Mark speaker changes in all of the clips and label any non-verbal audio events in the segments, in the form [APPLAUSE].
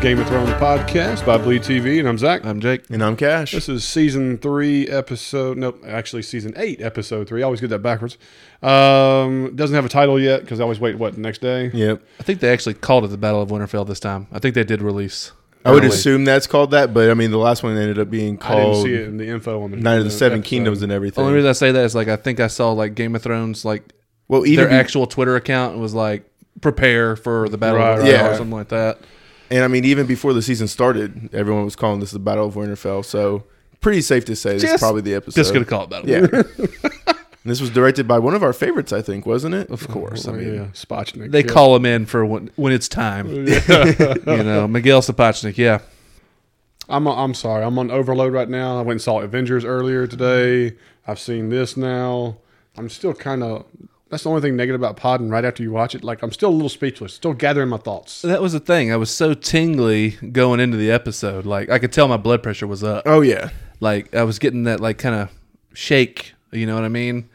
Speaker 1: Game of Thrones podcast by Bleed TV, and I'm Zach.
Speaker 2: I'm Um, Jake.
Speaker 3: And I'm Cash.
Speaker 1: This is season three, episode nope, actually season eight, episode three. I always get that backwards. Um, doesn't have a title yet because I always wait. What the next day?
Speaker 3: yep.
Speaker 2: I think they actually called it the Battle of Winterfell this time. I think they did release.
Speaker 3: I would
Speaker 2: early.
Speaker 3: assume that's called that, but I mean, the last one ended up being
Speaker 1: I didn't
Speaker 3: called
Speaker 1: see it uh, in the info on the
Speaker 3: Oh, Night of the Seven
Speaker 1: episode.
Speaker 3: Kingdoms and
Speaker 2: The only
Speaker 3: everything.
Speaker 2: reason I say that is like I think I saw like Game of Thrones like
Speaker 3: well,
Speaker 2: their
Speaker 3: either be-
Speaker 2: actual Twitter account was like prepare for the Battle
Speaker 1: Right,
Speaker 2: of
Speaker 1: right,
Speaker 2: Winterfell
Speaker 3: right.
Speaker 2: or something like that.
Speaker 3: and I mean, even before the season started, everyone was calling this the Battle of Winterfell. So, pretty safe to say this is
Speaker 2: Just-
Speaker 3: probably the episode.
Speaker 2: Just gonna call it Battle.
Speaker 3: yeah. and this was directed by one of our favorites, I think, wasn't it?
Speaker 2: Of course. I
Speaker 1: Oh,
Speaker 2: mean,
Speaker 1: yeah, Spotchnik.
Speaker 2: they
Speaker 1: yeah.
Speaker 2: call him in for when when it's time. [LAUGHS] you know, Miguel Sapochnik. Yeah,
Speaker 1: I'm I'm sorry. I'm on overload right now. I went and saw Avengers earlier today. I've seen this now. I'm still kind of. That's the only thing negative about Podden. Right after you watch it, like I'm still a little speechless. Still gathering my
Speaker 3: [LAUGHS]
Speaker 1: thoughts.
Speaker 2: that was the thing. I was so tingly going into the episode. Like I could tell my blood pressure was up.
Speaker 3: Oh, yeah. [LAUGHS]
Speaker 2: like I was getting that like kind of shake, you know what I mean?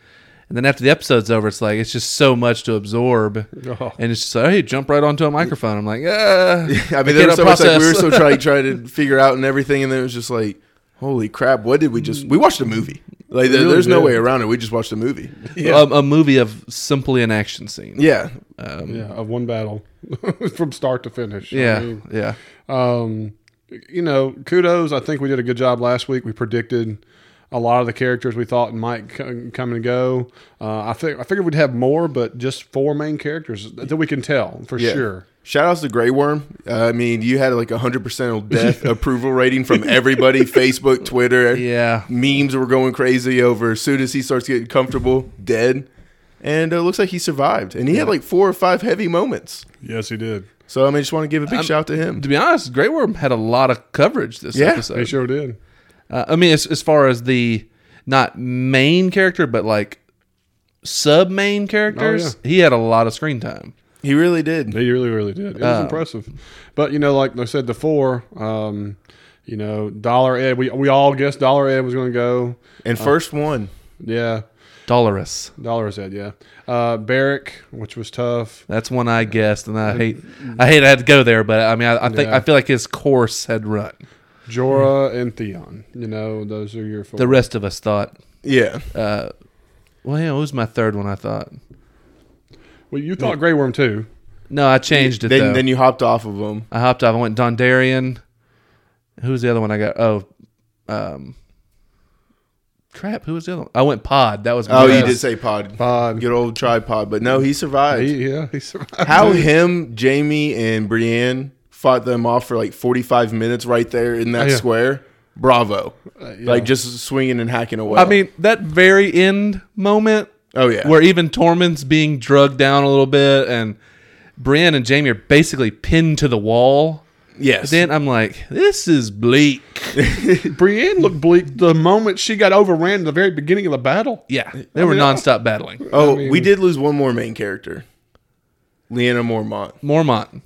Speaker 2: And then after the episode's over, it's like it's just so much to absorb,
Speaker 1: Oh.
Speaker 2: and it's just like, hey, jump right onto a microphone. I'm like,
Speaker 3: [LAUGHS]
Speaker 2: ah,
Speaker 3: I mean, there was so much like we were so trying, trying
Speaker 2: [LAUGHS]
Speaker 3: to figure out and everything, and then it was just like, holy crap, what did we just? We watched a movie. Like, there,
Speaker 1: really
Speaker 3: there's no
Speaker 1: did.
Speaker 3: way around it. We just watched a movie. [LAUGHS]
Speaker 2: a, [LAUGHS] a movie of simply an action scene.
Speaker 3: Yeah.
Speaker 2: um,
Speaker 1: Yeah, of one battle [LAUGHS] from start to finish. I
Speaker 2: yeah,
Speaker 1: mean,
Speaker 2: yeah.
Speaker 1: um, you know, kudos. I think we did a good job last week. We predicted a lot of the characters we thought might c- come and go. Uh, I think I figured we'd have more, but just four main characters that we can tell for
Speaker 3: Yeah.
Speaker 1: sure.
Speaker 3: Shout outs to Grey Worm. Uh, I mean, you had like a 100% death approval rating from everybody Facebook, Twitter.
Speaker 2: Yeah.
Speaker 3: Memes were going crazy over as soon as he starts getting comfortable, dead. And uh, it looks like he survived. And he had like four or five heavy moments.
Speaker 1: Yes, he did.
Speaker 3: So, I mean, just want to give a big shout to him.
Speaker 2: To be honest, Grey Worm had a lot of coverage this
Speaker 3: Yeah,
Speaker 1: They
Speaker 2: episode.
Speaker 1: sure did.
Speaker 2: Uh, I mean, as, as far as the not main character, but like sub main characters,
Speaker 3: Oh,
Speaker 2: he had a lot of screen time.
Speaker 3: He really did.
Speaker 1: They really, really did. It was
Speaker 2: Um,
Speaker 1: impressive. But you know, like I said before, um, you know, Dollar Ed. We we all guessed Dollar Ed was going to go.
Speaker 3: And first one.
Speaker 1: Yeah,
Speaker 2: Dolores.
Speaker 1: Dollar Ed. Yeah, uh, Barrick, which was tough.
Speaker 2: That's one I guessed, and
Speaker 3: Uh,
Speaker 2: I hate, I hate I had to go there, but I mean, I, I think
Speaker 1: Yeah.
Speaker 2: I feel like his course had run.
Speaker 1: Jorah and Theon. You know, those are your four.
Speaker 2: The rest of us thought,
Speaker 3: Yeah.
Speaker 2: uh, well, yeah, what was my third one? I thought
Speaker 1: well, you thought Grey Worm too.
Speaker 2: no, I changed it
Speaker 3: Then,
Speaker 2: though.
Speaker 3: then you hopped off of him.
Speaker 2: I hopped off. I went Dondarian. Who was the other one I got? Oh, um, crap. Who was the other one? I went Pod. That was
Speaker 3: Oh,
Speaker 2: my
Speaker 3: you
Speaker 2: last-
Speaker 3: did say pod.
Speaker 1: Pod.
Speaker 3: Good old tripod. But no, he survived.
Speaker 1: He, yeah, he survived.
Speaker 3: How him, Jamie, and Brienne fought them off for like 45 minutes right there in that
Speaker 1: Yeah.
Speaker 3: square. Bravo.
Speaker 1: yeah.
Speaker 3: Like just swinging and hacking away.
Speaker 2: Uh, I mean, that very end moment
Speaker 3: oh, yeah.
Speaker 2: where even Tormund's being drugged down a little bit, and Brienne and Jamie are basically pinned to the wall.
Speaker 3: yes.
Speaker 2: Then I'm like, this is bleak.
Speaker 1: Brienne looked bleak the moment she got overran at the very beginning of the battle.
Speaker 2: Yeah, they were
Speaker 1: mean,
Speaker 2: nonstop battling.
Speaker 3: oh,
Speaker 1: I mean-
Speaker 3: we did lose one more main character Leanna Mormont.
Speaker 2: Mormont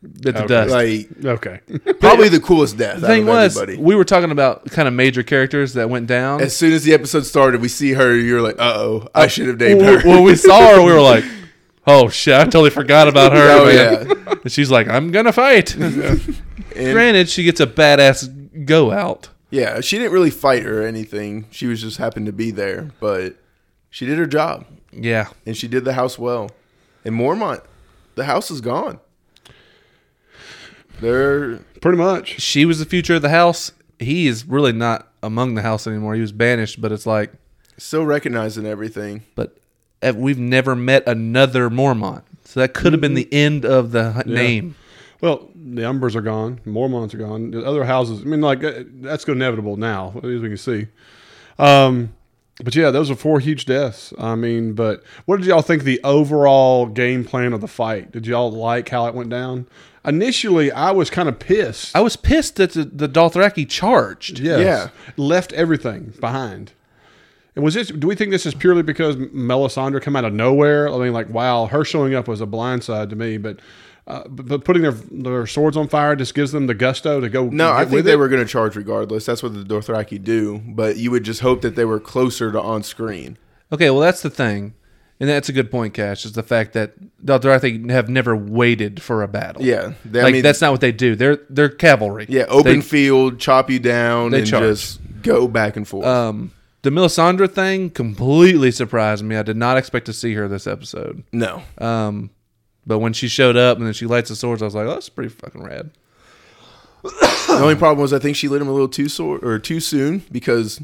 Speaker 2: bit the
Speaker 1: Okay.
Speaker 2: dust. [LAUGHS]
Speaker 3: Like,
Speaker 1: Okay. [LAUGHS]
Speaker 3: probably the coolest death
Speaker 2: the
Speaker 3: out
Speaker 2: thing
Speaker 3: of
Speaker 2: was,
Speaker 3: everybody.
Speaker 2: we were talking about kind of major characters that went down.
Speaker 3: As soon as the episode started, we see her. You're like, uh oh, I should have named
Speaker 2: When
Speaker 3: her.
Speaker 2: when we saw her, we were
Speaker 3: [LAUGHS]
Speaker 2: like, "Oh shit, I totally forgot about her."
Speaker 3: Oh,
Speaker 2: man. And she's like, "I'm gonna fight."
Speaker 3: [LAUGHS] And-
Speaker 2: Granted, she gets a badass go out.
Speaker 3: yeah, she didn't really fight her or anything. She was just happened to be there, but she did her job.
Speaker 2: Yeah,
Speaker 3: and she did the house well. And Mormont, the house is gone. They're
Speaker 1: Pretty much.
Speaker 2: she was the future of the house. He is really not among the house anymore. He was banished, but it's like,
Speaker 3: still recognizing everything.
Speaker 2: but eh, we've never met another Mormont, so that could have been
Speaker 3: Mm-hmm.
Speaker 2: the end of the h- name.
Speaker 1: Well, the Umbers are gone. Mormons are gone. The other houses. I mean, like uh, that's inevitable now, as we can see. Um, but yeah, those are four huge deaths. I mean, but what did y'all think of the overall game plan of the fight? Did y'all like how it went down? Initially, I was kind of pissed.
Speaker 2: I was pissed that the, the Dothraki charged.
Speaker 1: Yes. Left everything behind. And was this, do we think this is purely because Melisandre come out of nowhere? I mean, like, wow, her showing up was a blindside to me, but, uh, but, but putting their, their swords on fire just gives them the gusto to go.
Speaker 3: No,
Speaker 1: get
Speaker 3: I think
Speaker 1: with [LAUGHS]
Speaker 3: they
Speaker 1: it.
Speaker 3: were going to charge regardless. That's what the Dothraki do. But you would just hope that they were closer to on screen.
Speaker 2: Okay, well that's the thing. And that's a good point, Cash, is the fact that Dothraki have never waited for a battle.
Speaker 3: Yeah, they- I
Speaker 2: like
Speaker 3: mean-
Speaker 2: that's not what they do. They're they're cavalry.
Speaker 3: Yeah, open
Speaker 2: They,
Speaker 3: field, chop you down,
Speaker 2: they
Speaker 3: and
Speaker 2: charge.
Speaker 3: just go back and forth.
Speaker 2: um, the Melisandre thing completely surprised me. I did not expect to see her this episode.
Speaker 3: no,
Speaker 2: Um, but when she showed up and then she lights the swords, I was like, oh, that's pretty fucking rad.
Speaker 3: the only problem was I think she lit him a little too sore or too soon because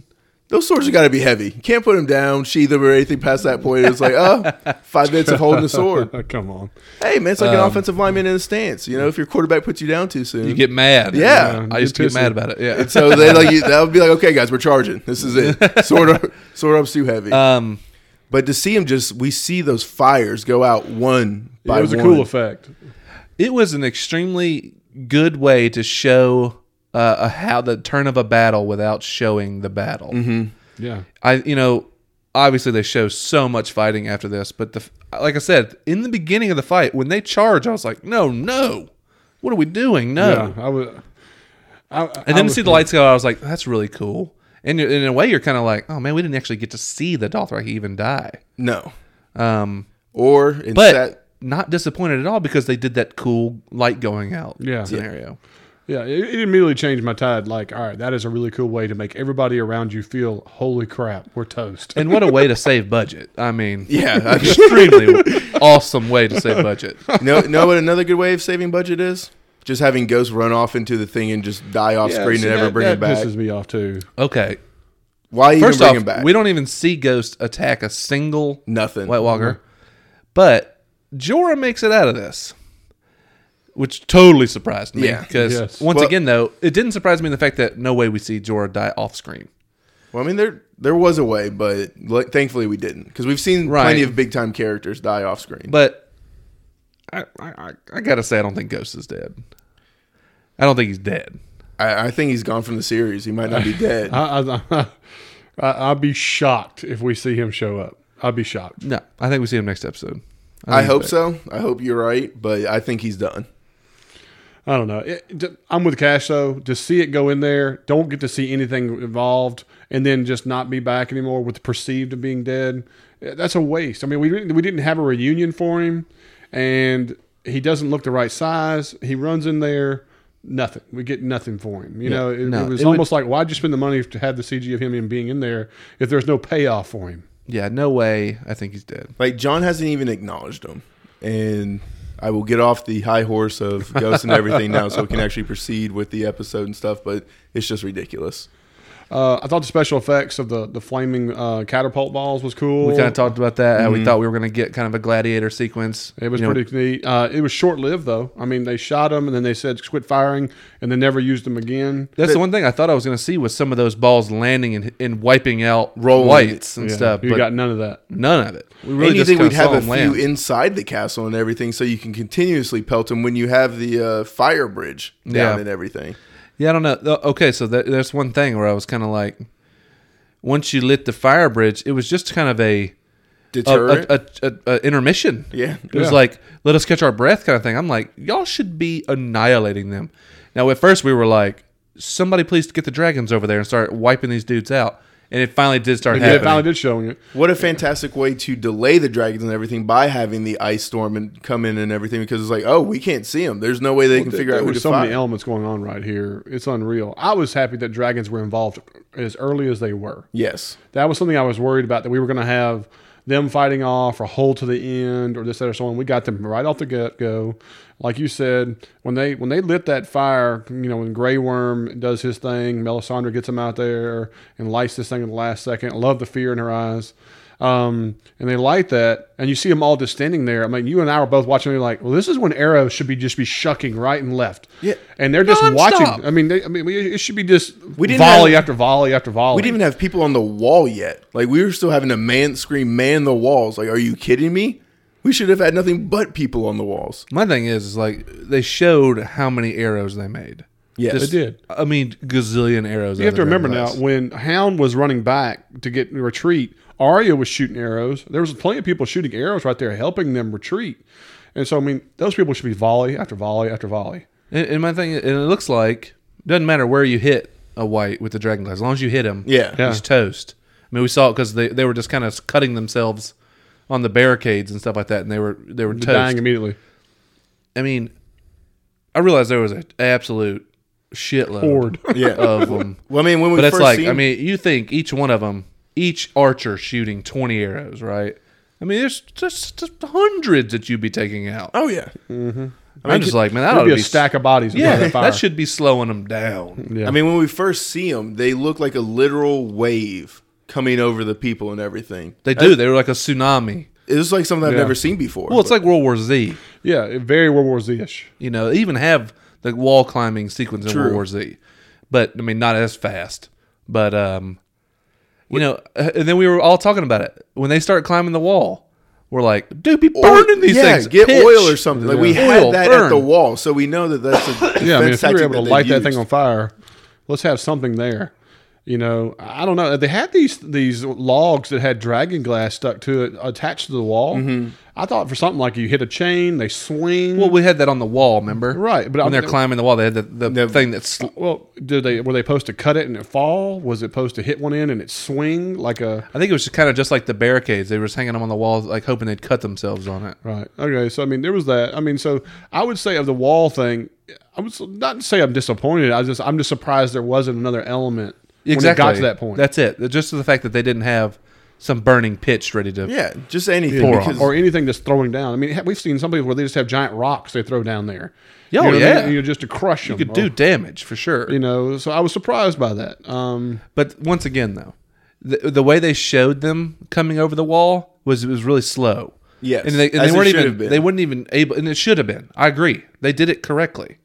Speaker 3: those swords have got to be heavy. You can't put them down, sheath them, or anything past that point. It's like, oh, five minutes of holding the sword.
Speaker 1: Come on.
Speaker 3: Hey, man, it's like an offensive lineman in a stance. You know, if your quarterback puts you down too soon,
Speaker 2: You get mad.
Speaker 3: Yeah.
Speaker 2: I used to
Speaker 1: You're
Speaker 2: get mad
Speaker 1: pissy.
Speaker 2: about it. Yeah.
Speaker 3: And [LAUGHS] so they like you- that would be like, okay, guys, we're charging. This is it. Sword up, sword up's too heavy.
Speaker 2: um,
Speaker 3: but to see him just, we see those fires go out one by
Speaker 1: it was
Speaker 3: one.
Speaker 1: a cool effect.
Speaker 2: it was an extremely good way to show uh, a, how the turn of a battle without showing the battle.
Speaker 1: Mm-hmm. Yeah.
Speaker 2: I you know obviously they show so much fighting after this, but the like I said in the beginning of the fight when they charge, I was like, no, no, what are we doing? No,
Speaker 1: Yeah. I was. I,
Speaker 2: and then to see the lights go out, I was like, that's really cool. And you- in a way, you're kind of like, oh man, we didn't actually get to see the Dothraki even die.
Speaker 3: No,
Speaker 2: Um,
Speaker 3: or in
Speaker 2: but
Speaker 3: that,
Speaker 2: not disappointed at all because they did that cool light going out
Speaker 1: Yeah.
Speaker 2: scenario.
Speaker 1: Yeah, it, it immediately changed my tide. Like, all right, that is a really cool way to make everybody around you feel, holy crap, we're toast.
Speaker 2: And what a way to save budget. I mean,
Speaker 3: yeah.
Speaker 2: extremely awesome way to save budget.
Speaker 3: no, no. What another good way of saving budget is just having ghosts run off into the thing and just die off screen
Speaker 1: see,
Speaker 3: and never
Speaker 1: that-
Speaker 3: bring
Speaker 1: that
Speaker 3: him back.
Speaker 1: pisses me off too.
Speaker 2: Okay.
Speaker 3: Why even
Speaker 2: First
Speaker 3: bring
Speaker 2: off,
Speaker 3: him back?
Speaker 2: we don't even see Ghost attack a single
Speaker 3: Nothing.
Speaker 2: White Walker. But Jorah makes it out of this, which totally surprised me.
Speaker 3: Yeah.
Speaker 2: Because
Speaker 1: Yes.
Speaker 2: once
Speaker 3: Well-
Speaker 2: again, though, it didn't surprise me in the fact that no way we see Jorah die off screen.
Speaker 3: Well, I mean, there there was a way, but like, thankfully we didn't because we've seen
Speaker 2: Right.
Speaker 3: plenty of big time characters die off screen.
Speaker 2: But I, I, I, I gotta say, I don't think Ghost is dead. I don't think he's dead.
Speaker 3: I, I think he's gone from the series. He might not
Speaker 2: [LAUGHS]
Speaker 3: be dead.
Speaker 1: I, I, I, [LAUGHS] I, I'd be shocked if we see him show up. I'd be shocked.
Speaker 2: No, I think we see him next episode.
Speaker 3: I
Speaker 2: think he's
Speaker 3: hope
Speaker 2: back.
Speaker 3: so. I hope you're right, but I think he's done.
Speaker 1: I don't know. It, d- I'm with Cash though. Just see it go in there. Don't get to see anything involved, and then just not be back anymore with perceived of being dead. Eh, That's a waste. I mean, we didn't, we didn't have a reunion for him, and he doesn't look the right size. He runs in there. Nothing. We get nothing for him. You know, it, it
Speaker 2: no,
Speaker 1: was
Speaker 2: it would-
Speaker 1: almost like why'd you spend the money to have the CG of him even being in there if there's no payoff for him?
Speaker 2: Yeah, no way. I think he's dead.
Speaker 3: Like John hasn't even acknowledged him, and I will get off the high horse of
Speaker 2: [LAUGHS]
Speaker 3: ghosts and everything now, so we can actually proceed with the episode and stuff. But it's just ridiculous.
Speaker 1: Uh, I thought the special effects of the the flaming uh, catapult balls was cool.
Speaker 2: We kind of talked about that. How we thought we were going to get kind of a gladiator sequence.
Speaker 1: It was
Speaker 2: You know,
Speaker 1: pretty neat. Uh, it was short lived though. I mean, they shot them and then they said quit firing and they never used them again.
Speaker 2: That's the one thing I thought I was going to see was some of those balls landing and, and wiping out
Speaker 3: Rolling.
Speaker 2: whites and
Speaker 1: Yeah,
Speaker 2: stuff,
Speaker 1: You
Speaker 2: but
Speaker 1: got none of that.
Speaker 2: none of it. We
Speaker 3: Really and you
Speaker 2: just
Speaker 3: think
Speaker 2: kinda
Speaker 3: we'd have
Speaker 2: saw
Speaker 3: a
Speaker 2: them
Speaker 3: few
Speaker 2: land.
Speaker 3: inside the castle and everything, so you can continuously pelt them when you have the uh, fire bridge down
Speaker 2: Yeah.
Speaker 3: and everything.
Speaker 2: yeah, I don't know. Uh, Okay, so that, that's one thing where I was kind of like, once you lit the fire bridge, it was just kind of a a,
Speaker 3: Deterrent.
Speaker 2: a, a, a, a intermission.
Speaker 3: Yeah.
Speaker 2: it was
Speaker 1: Yeah.
Speaker 2: like let us catch our breath kind of thing. I'm like, y'all should be annihilating them. Now at first we were like, somebody please get the dragons over there and start wiping these dudes out. And it finally did start
Speaker 1: They
Speaker 2: happening.
Speaker 1: finally did showing it.
Speaker 3: What a fantastic way to delay the dragons and everything by having the ice storm and come in and everything because it's like, oh, we can't see them. There's no way they can figure
Speaker 1: There
Speaker 3: out who
Speaker 1: were
Speaker 3: to
Speaker 1: so
Speaker 3: fire.
Speaker 1: many elements going on right here. It's unreal. I was happy that dragons were involved as early as they were.
Speaker 3: yes.
Speaker 1: That was something I was worried about that we were going to have them fighting off or hold to the end or this that or so on. We got them right off the get go. Like you said, when they when they lit that fire, you know, when Grey Worm does his thing, Melisandre gets him out there and lights this thing at the last second. I love the fear in her eyes. Um, and they light that, and you see them all just standing there. I mean, you and I were both watching. And you're like, well, this is when arrows should be just be shucking right and left.
Speaker 3: Yeah.
Speaker 1: and they're just
Speaker 2: Nonstop.
Speaker 1: watching. I mean, they, I mean, it should be just
Speaker 3: didn't
Speaker 1: volley
Speaker 3: have-
Speaker 1: after volley after volley.
Speaker 3: We didn't even have people on the wall yet. Like, we were still having to man scream, man the walls. Like, are you kidding me? We should have had nothing but people on the walls.
Speaker 2: My thing is, is like they showed how many arrows they made.
Speaker 3: Yes.
Speaker 1: They did.
Speaker 2: I mean, gazillion arrows.
Speaker 1: You have to remember now when Hound was running back to get retreat, Arya was shooting arrows. There was plenty of people shooting arrows right there, helping them retreat. And so, I mean, those people should be volley after volley after volley.
Speaker 2: And, and my thing, and it looks like doesn't matter where you hit a white with the dragon glass, as long as you hit him,
Speaker 3: Yeah.
Speaker 1: Yeah.
Speaker 2: he's toast. I mean, we saw it because they, they were just kind of cutting themselves on the barricades and stuff like that, and they were they were toast.
Speaker 1: dying immediately.
Speaker 2: I mean, I realized there was an absolute shitload
Speaker 1: Horde.
Speaker 3: Yeah.
Speaker 1: [LAUGHS]
Speaker 2: of them.
Speaker 3: Well, I mean, when we
Speaker 2: But it's
Speaker 3: first
Speaker 2: like,
Speaker 3: seen,
Speaker 2: I mean, you think each one of them, each archer shooting 20 arrows, right? I mean, there's just, just hundreds that you'd be taking out.
Speaker 3: oh yeah,
Speaker 2: I am just like, man, that ought
Speaker 1: There'd
Speaker 2: to
Speaker 1: be a
Speaker 2: be
Speaker 1: stack of bodies. in front
Speaker 2: Yeah,
Speaker 1: of that, fire.
Speaker 2: that should be slowing them down.
Speaker 1: Yeah.
Speaker 3: I mean, when we first see them, they look like a literal wave coming over the people and everything.
Speaker 2: They do. They were like a tsunami.
Speaker 3: It was like something I've
Speaker 1: Yeah.
Speaker 3: never seen before.
Speaker 2: Well, it's like World War Z.
Speaker 1: Yeah, it- very World War Z ish.
Speaker 2: You know, they even have the wall climbing sequence in
Speaker 3: True.
Speaker 2: World War Z, but I mean, not as fast. But um, you know, uh, and then we were all talking about it when they start climbing the wall. We're like, dude, be burning these
Speaker 3: yeah,
Speaker 2: things.
Speaker 3: get
Speaker 2: Pitch.
Speaker 3: oil or something. Like we
Speaker 2: Yeah.
Speaker 3: had
Speaker 2: Oil,
Speaker 3: that at
Speaker 2: burn.
Speaker 3: the wall, so we know that that's a
Speaker 1: Yeah, I mean,
Speaker 3: defense
Speaker 1: if you were
Speaker 3: tactic
Speaker 1: able to
Speaker 3: they
Speaker 1: light that thing
Speaker 3: used.
Speaker 1: on fire, let's have something there. You know, I don't know. They had these these logs that had dragon glass stuck to it, attached to the wall. I thought for something like you hit a chain, they swing.
Speaker 2: Mm-hmm. Well, we had that on the wall, remember?
Speaker 1: Right, but
Speaker 2: when
Speaker 1: I'm-
Speaker 2: they're climbing the wall, they had the, the
Speaker 3: Never-
Speaker 2: thing that's
Speaker 1: Well, did they were they supposed to cut it and it fall? Was it supposed to hit one end and it swing like a
Speaker 2: I think it was kind of just like the barricades. They were just hanging them on the walls, like hoping they'd cut themselves on it.
Speaker 1: right? Okay, so I mean there was that. I mean, so I would say of the wall thing, I would s- not say I'm disappointed. I just I'm just surprised there wasn't another element
Speaker 2: Exactly.
Speaker 1: when it got to that point.
Speaker 2: That's it. Just the fact that they didn't have some burning pitch ready to.
Speaker 3: Yeah, just anything.
Speaker 2: Pour on.
Speaker 3: because-
Speaker 1: or anything that's throwing down. I mean, ha- we've seen some people where they just have giant rocks they throw down there. you
Speaker 2: Yeah,
Speaker 1: know what I
Speaker 2: yeah.
Speaker 1: mean? you know, just to crush them.
Speaker 2: You could do damage for sure.
Speaker 1: you know. So I was surprised by that.
Speaker 2: [LAUGHS]
Speaker 1: Um,
Speaker 2: But once again, though, the, the way they showed them coming over the wall was it was really slow.
Speaker 3: Yes,
Speaker 2: and they, and
Speaker 3: as
Speaker 2: they
Speaker 3: it
Speaker 2: weren't
Speaker 3: should
Speaker 2: even
Speaker 3: have been.
Speaker 2: they weren't even able, and it should have been. I agree, they did it correctly.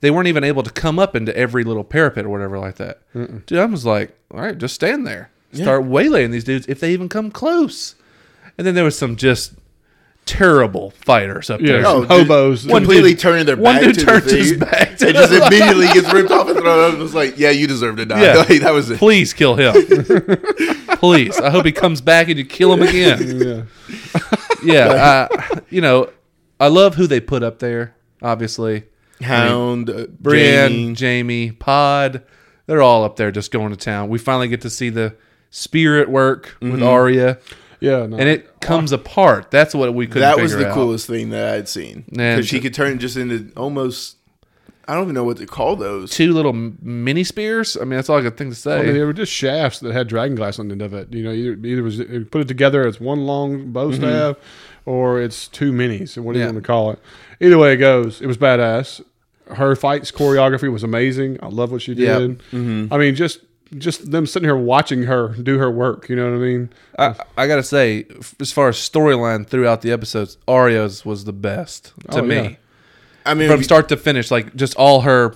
Speaker 2: They weren't even able to come up into every little parapet or whatever like that. Dude, I was like, all right, just stand there, start waylaying these dudes if they even come close. And then there was some just terrible fighters up there.
Speaker 1: yeah,
Speaker 3: Oh,
Speaker 1: some hobos.
Speaker 3: dude, completely turning their
Speaker 2: one
Speaker 3: back
Speaker 2: dude
Speaker 3: to the
Speaker 2: turned
Speaker 3: thing.
Speaker 2: his
Speaker 3: [LAUGHS]
Speaker 2: back to
Speaker 3: It just immediately gets ripped off and thrown out. It was like, yeah, you deserve to die.
Speaker 2: Yeah.
Speaker 3: [LAUGHS] Like, that was it.
Speaker 2: Please kill him.
Speaker 3: [LAUGHS]
Speaker 2: Please. I hope he comes back and you kill him
Speaker 3: [LAUGHS]
Speaker 2: again.
Speaker 1: yeah,
Speaker 2: Yeah. Uh, you know, I love who they put up there, obviously.
Speaker 3: Hound, uh,
Speaker 2: Brienne, Jamie.
Speaker 3: Jamie.
Speaker 2: Pod, they're all up there just going to town. We finally get to see the spear at work with Arya,
Speaker 1: yeah. No.
Speaker 2: and it comes apart. That's what we couldn't
Speaker 3: That was
Speaker 2: figure
Speaker 3: the
Speaker 2: out.
Speaker 3: coolest thing that I had seen
Speaker 2: Man,
Speaker 3: because she
Speaker 2: t-
Speaker 3: could turn just into almost. I don't even know what to call those.
Speaker 2: Two little m- mini spears. I mean, that's all I could think to say.
Speaker 1: I mean, they were just shafts that had dragon glass on the end of it. You know, either, either was it put it together as one long bow staff, or it's two minis. What do
Speaker 2: Mm-hmm. Yeah.
Speaker 1: you want to call it? Either way it goes, it was badass. Her fights choreography was amazing. I love what she
Speaker 2: Yeah. Mm-hmm.
Speaker 1: did. I mean, just just them sitting here watching her do her work. You know what I mean?
Speaker 2: I, I gotta say, f- as far as storyline throughout the episodes, Arya's was the best to
Speaker 1: Oh,
Speaker 2: me.
Speaker 1: yeah.
Speaker 3: I mean,
Speaker 2: from start to finish, like just all her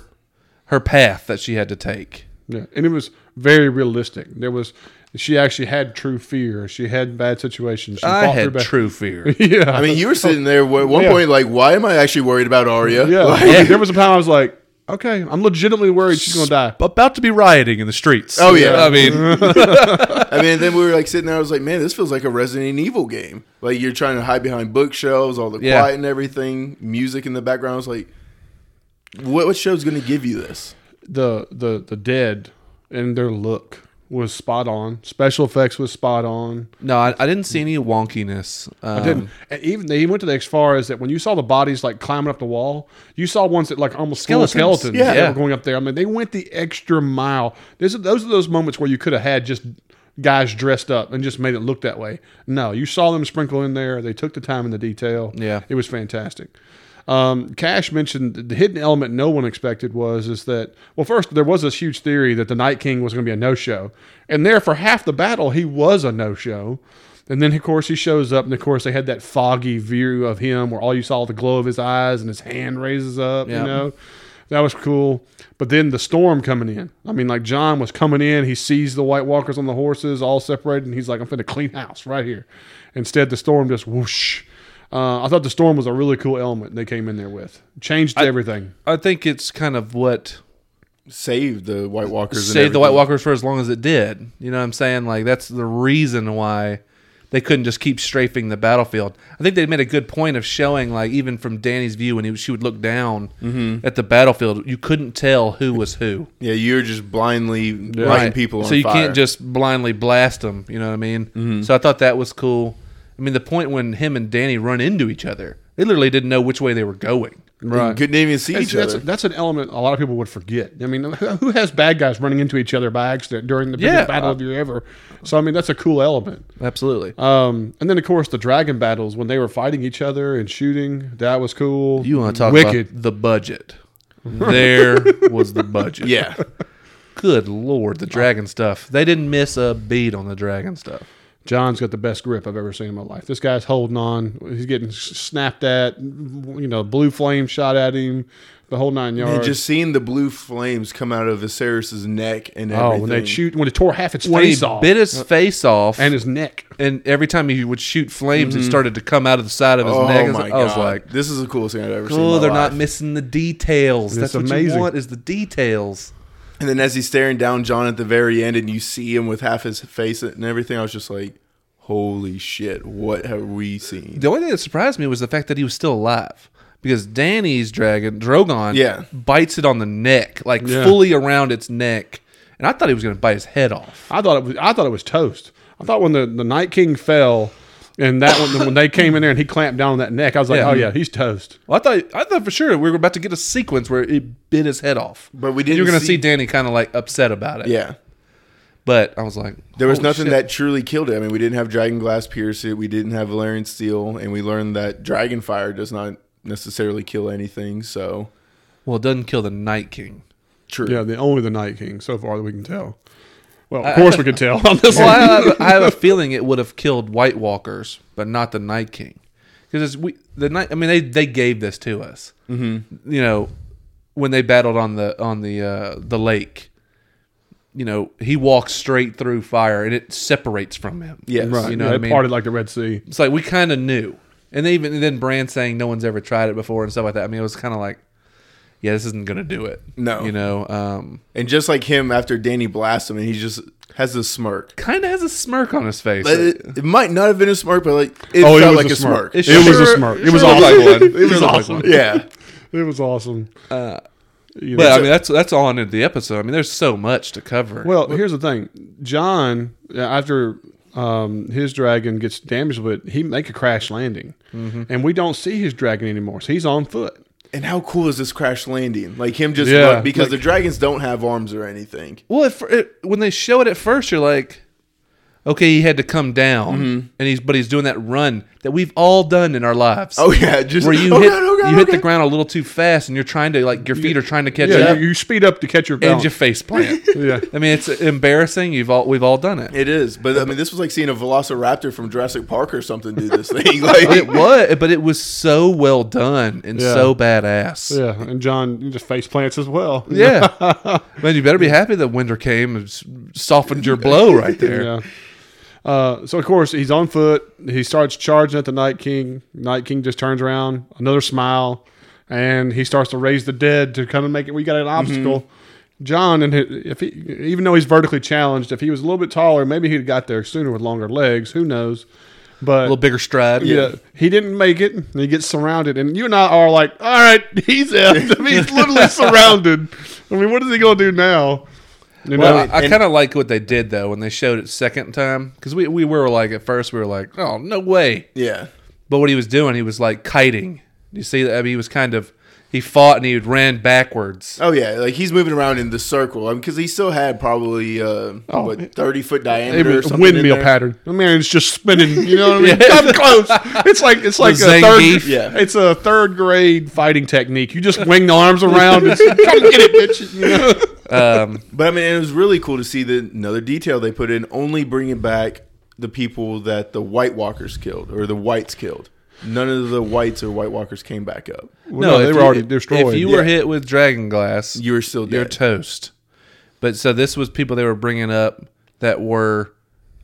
Speaker 2: her path that she had to take.
Speaker 1: Yeah, and it was very realistic. There was she actually had true fear. She had bad situations. She
Speaker 2: I
Speaker 1: fought through
Speaker 2: had
Speaker 1: bad-
Speaker 2: [LAUGHS] true fear.
Speaker 1: [LAUGHS] Yeah,
Speaker 3: I mean, you were sitting there wa- at one
Speaker 1: Yeah.
Speaker 3: point like, why am I actually worried about Arya?
Speaker 1: yeah.
Speaker 3: Like,
Speaker 1: Like, there was a time I was like, okay, I'm legitimately worried she's gonna die.
Speaker 2: About to be rioting in the streets.
Speaker 3: Oh, yeah.
Speaker 2: I mean,
Speaker 3: I mean, then we were like sitting there. I was like, man, this feels like a Resident Evil game. Like you're trying to hide behind bookshelves, all the
Speaker 2: Yeah.
Speaker 3: quiet and everything, music in the background. I was like, what, what show's going to give you this?
Speaker 1: The the the dead and their look was spot on. Special effects was spot on.
Speaker 2: [LAUGHS] no, I, I didn't see any wonkiness. Um,
Speaker 1: I didn't. and even they went to the as far as that when you saw the bodies like climbing up the wall, you saw ones that like almost skeletons,
Speaker 2: Skeletons.
Speaker 1: skeletons
Speaker 2: Yeah.
Speaker 1: that were going up there. I mean, they went the extra mile. This, is- those are those moments where you could have had just guys dressed up and just made it look that way. No, you saw them sprinkle in there. They took the time and the detail.
Speaker 2: Yeah.
Speaker 1: it was fantastic. Um, Cash mentioned the hidden element no one expected was is that well first there was this huge theory that the Night King was going to be a no show, and there for half the battle he was a no show, and then of course he shows up and of course they had that foggy view of him where all you saw was the glow of his eyes and his hand raises up,
Speaker 2: Yeah.
Speaker 1: you know, that was cool. But then the storm coming in, I mean like John was coming in, he sees the White Walkers on the horses all separated, and he's like I'm finna clean house right here. Instead the storm just whoosh. Uh, I thought the storm was a really cool element they came in there with. Changed everything.
Speaker 2: I think it's kind of what
Speaker 3: Save the White Walkers. and
Speaker 2: saved the White
Speaker 3: everything.
Speaker 2: Walkers for as long as it did. You know what I'm saying? Like that's the reason why they couldn't just keep strafing the battlefield. I think they made a good point of showing, like even from Danny's view, when he, she would look down at the battlefield, you couldn't tell who was who.
Speaker 3: Yeah, you're just blindly lighting people on
Speaker 2: so you
Speaker 3: fire. Mm-hmm.
Speaker 2: can't just blindly blast them. You know what I mean? So I thought that was cool. I mean, the point when him and Danny run into each other, they literally didn't know which way they were going.
Speaker 1: Right.
Speaker 3: Couldn't even see
Speaker 1: That's,
Speaker 3: each
Speaker 1: that's,
Speaker 3: other.
Speaker 1: that's an element a lot of people would forget. I mean, who has bad guys running into each other by accident during the biggest
Speaker 2: Yeah.
Speaker 1: battle of your ever? So, I mean, that's a cool element.
Speaker 2: Absolutely.
Speaker 1: Um, and then, of course, the dragon battles when they were fighting each other and shooting. That was cool.
Speaker 2: You want to talk
Speaker 1: Wicked.
Speaker 2: about the budget? [LAUGHS] There was the budget.
Speaker 3: yeah.
Speaker 2: Good lord, the dragon stuff. They didn't miss a beat on the dragon stuff.
Speaker 1: John's got the best grip I've ever seen in my life. This guy's holding on. He's getting s- snapped at. You know, blue flame shot at him. The whole nine yards.
Speaker 3: And just seeing the blue flames come out of Viserys' neck and
Speaker 1: oh,
Speaker 3: everything.
Speaker 1: when they shoot, when they tore half its
Speaker 2: When he
Speaker 1: face off
Speaker 2: bit his face off,
Speaker 1: and
Speaker 2: and,
Speaker 1: his neck.
Speaker 2: every time he would shoot flames, it started to come out of the side of his
Speaker 3: Mm-hmm. Oh
Speaker 2: neck.
Speaker 3: my
Speaker 2: I was
Speaker 3: god!
Speaker 2: like,
Speaker 3: this is the coolest thing I've ever seen. in
Speaker 2: "Oh,
Speaker 3: my
Speaker 2: they're
Speaker 3: life.
Speaker 2: not missing the details. That's what
Speaker 1: amazing.
Speaker 2: you want is the details."
Speaker 3: And then as he's staring down John at the very end, and you see him with half his face and everything, I was just like, "Holy shit! What have we seen?"
Speaker 2: The only thing that surprised me was the fact that he was still alive. Because Danny's dragon, Drogon,
Speaker 3: Yeah.
Speaker 2: bites it on the neck, like
Speaker 1: Yeah.
Speaker 2: fully around its neck. And I thought he was going to bite his head off.
Speaker 1: I thought it was. I thought it was toast. I thought when the, the Night King fell, and that one when they came in there and he clamped down on that neck, I was like,
Speaker 2: Yeah.
Speaker 1: oh yeah, he's toast.
Speaker 2: Well, I thought I thought for sure we were about to get a sequence where it bit his head off.
Speaker 3: But we didn't.
Speaker 2: you were going to see Danny kind of like upset about it.
Speaker 3: Yeah,
Speaker 2: But I was like,
Speaker 3: there was
Speaker 2: holy
Speaker 3: nothing
Speaker 2: shit.
Speaker 3: that truly killed it. I mean, we didn't have dragon glass pierce it. We didn't have Valerian steel, and we learned that dragon fire does not necessarily kill anything. So
Speaker 2: Well, it doesn't kill the Night King.
Speaker 3: true.
Speaker 1: Yeah, the only the Night King so far that we can tell. Well, of course we can tell [LAUGHS] on this
Speaker 2: Well,
Speaker 1: one.
Speaker 2: I
Speaker 3: [LAUGHS]
Speaker 2: have, I have a feeling it would have killed White Walkers, but not the Night King, because we the night. I mean, they they gave this to us. Mm-hmm. You know, when they battled on the on the uh, the lake, you know, he walks straight through fire, and it separates from him.
Speaker 3: Yes.
Speaker 1: Right,
Speaker 2: you know
Speaker 1: yeah,
Speaker 2: what I
Speaker 1: they
Speaker 2: mean?
Speaker 1: parted like the Red Sea.
Speaker 2: It's like we kind of knew, and they even and then Brand saying no one's ever tried it before and stuff like that. I mean, it was kind of like, yeah, this isn't gonna do it.
Speaker 3: No.
Speaker 2: you know, um,
Speaker 3: And just like him after Danny blasts him, and he just has this smirk.
Speaker 2: kind of has a smirk on his face.
Speaker 3: But it, it might not have been a smirk, but like it
Speaker 1: Oh, it
Speaker 3: felt
Speaker 1: was
Speaker 3: like
Speaker 1: a
Speaker 3: a
Speaker 1: smirk.
Speaker 3: smirk.
Speaker 1: It was a smirk. It was awesome.
Speaker 2: looked like
Speaker 1: [LAUGHS] It
Speaker 2: one.
Speaker 1: was
Speaker 2: Sure looked like
Speaker 1: awesome.
Speaker 2: one.
Speaker 3: [LAUGHS] yeah.
Speaker 1: It was awesome. You know,
Speaker 2: Uh, But I mean, that's that's on in the episode. I mean, there's so much to cover.
Speaker 1: Well, here's the thing, John. uh, After um, his dragon gets damaged, but he make a crash landing,
Speaker 2: Mm-hmm.
Speaker 1: and we don't see his dragon anymore. So he's on foot.
Speaker 3: And how cool is this crash landing? Like him just
Speaker 1: Yeah,
Speaker 3: like, because
Speaker 1: like-
Speaker 3: the dragons don't have arms or anything.
Speaker 2: well, if, it, when they show it at first, you're like, okay, he had to come down, and he's but he's doing that run that we've all done in our lives.
Speaker 3: Oh yeah, just
Speaker 2: where you
Speaker 3: oh,
Speaker 2: hit
Speaker 3: God, oh, God,
Speaker 2: you
Speaker 3: oh,
Speaker 2: hit the
Speaker 3: God.
Speaker 2: ground a little too fast, and you're trying to like your feet are trying to catch
Speaker 1: Yeah,
Speaker 2: up,
Speaker 1: you, you speed up to catch your
Speaker 2: and
Speaker 1: balance.
Speaker 2: your face [LAUGHS] plant.
Speaker 1: yeah,
Speaker 2: I mean, it's embarrassing. You've all we've all done it.
Speaker 3: It is, but I mean, this was like seeing a Velociraptor from Jurassic Park or something do this thing. [LAUGHS] Like,
Speaker 2: It was, but it was so well done and
Speaker 1: Yeah.
Speaker 2: so badass.
Speaker 1: yeah, and John just face plants as well.
Speaker 2: [LAUGHS] Yeah. Man, you better be happy that winter came and s- softened your blow right there.
Speaker 1: Yeah. Uh, so of course he's on foot. He starts charging at the Night King. Night King just turns around, another smile, and he starts to raise the dead to kind of make it. We got an
Speaker 2: Mm-hmm.
Speaker 1: obstacle. John and hi- if he, even though he's vertically challenged, if he was a little bit taller, maybe he'd have got there sooner with longer legs. Who knows? But
Speaker 2: A little bigger stride.
Speaker 1: yeah, he didn't make it. And he gets surrounded, and you and I are like, all right, [LAUGHS] he's out. I mean, he's
Speaker 2: [LAUGHS]
Speaker 1: literally surrounded. I mean, what is he gonna do now? You
Speaker 2: Well,
Speaker 1: know,
Speaker 2: I, I kind of like what they did though when they showed it second time because we, we were like at first we were like oh no way
Speaker 3: yeah,
Speaker 2: but what he was doing he was like kiting you see that I mean he was kind of he fought and he ran backwards
Speaker 3: oh yeah, like he's moving around in the circle because he still had probably uh,
Speaker 2: Oh,
Speaker 3: what thirty foot
Speaker 1: It
Speaker 3: diameter or
Speaker 1: was a
Speaker 3: something
Speaker 1: windmill
Speaker 3: in there.
Speaker 1: pattern.
Speaker 2: [LAUGHS]
Speaker 1: The man's just spinning. You know what I mean?
Speaker 2: Yeah.
Speaker 1: Come [LAUGHS] close. It's like it's like a
Speaker 2: Zangief.
Speaker 1: third.
Speaker 3: Yeah.
Speaker 1: It's a third grade fighting technique. You just wing the arms around.
Speaker 2: [LAUGHS]
Speaker 1: And say, come get it, bitch. You know?
Speaker 2: um,
Speaker 3: But I mean, it was really cool to see the another detail they put in, only bringing back the people that the White Walkers killed or the Whites killed. None of the Whites or White Walkers came back up.
Speaker 1: Well, no,
Speaker 2: if
Speaker 1: they were
Speaker 2: you-
Speaker 1: already destroyed.
Speaker 2: if you were hit with dragon glass
Speaker 3: You were still
Speaker 2: you're
Speaker 3: dead.
Speaker 2: toast but so this was people they were bringing up that were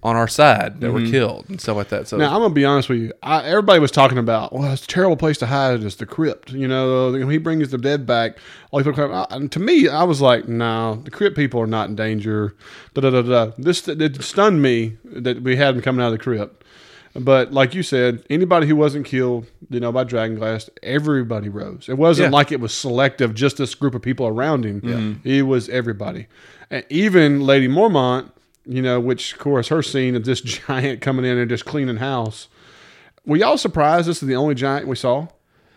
Speaker 2: on our side that were killed and stuff like that so
Speaker 1: Mm-hmm. Now I'm gonna be honest with you. I, everybody was talking about, well, it's a terrible place to hide. It's the crypt. You know, uh, when he brings the dead back. All people claim. I- And to me, I was like, no, the crypt people are not in danger. Da da da da. This it stunned me that we had them coming out of the crypt. But like you said, anybody who wasn't killed, you know, by dragon glass, everybody rose. It wasn't
Speaker 2: Yeah.
Speaker 1: like it was selective, just this group of people around him. It was everybody, and even Lady [LAUGHS] Mormont, you know, which of course her scene of this giant coming in and just cleaning house. Were y'all surprised this is the only giant we saw?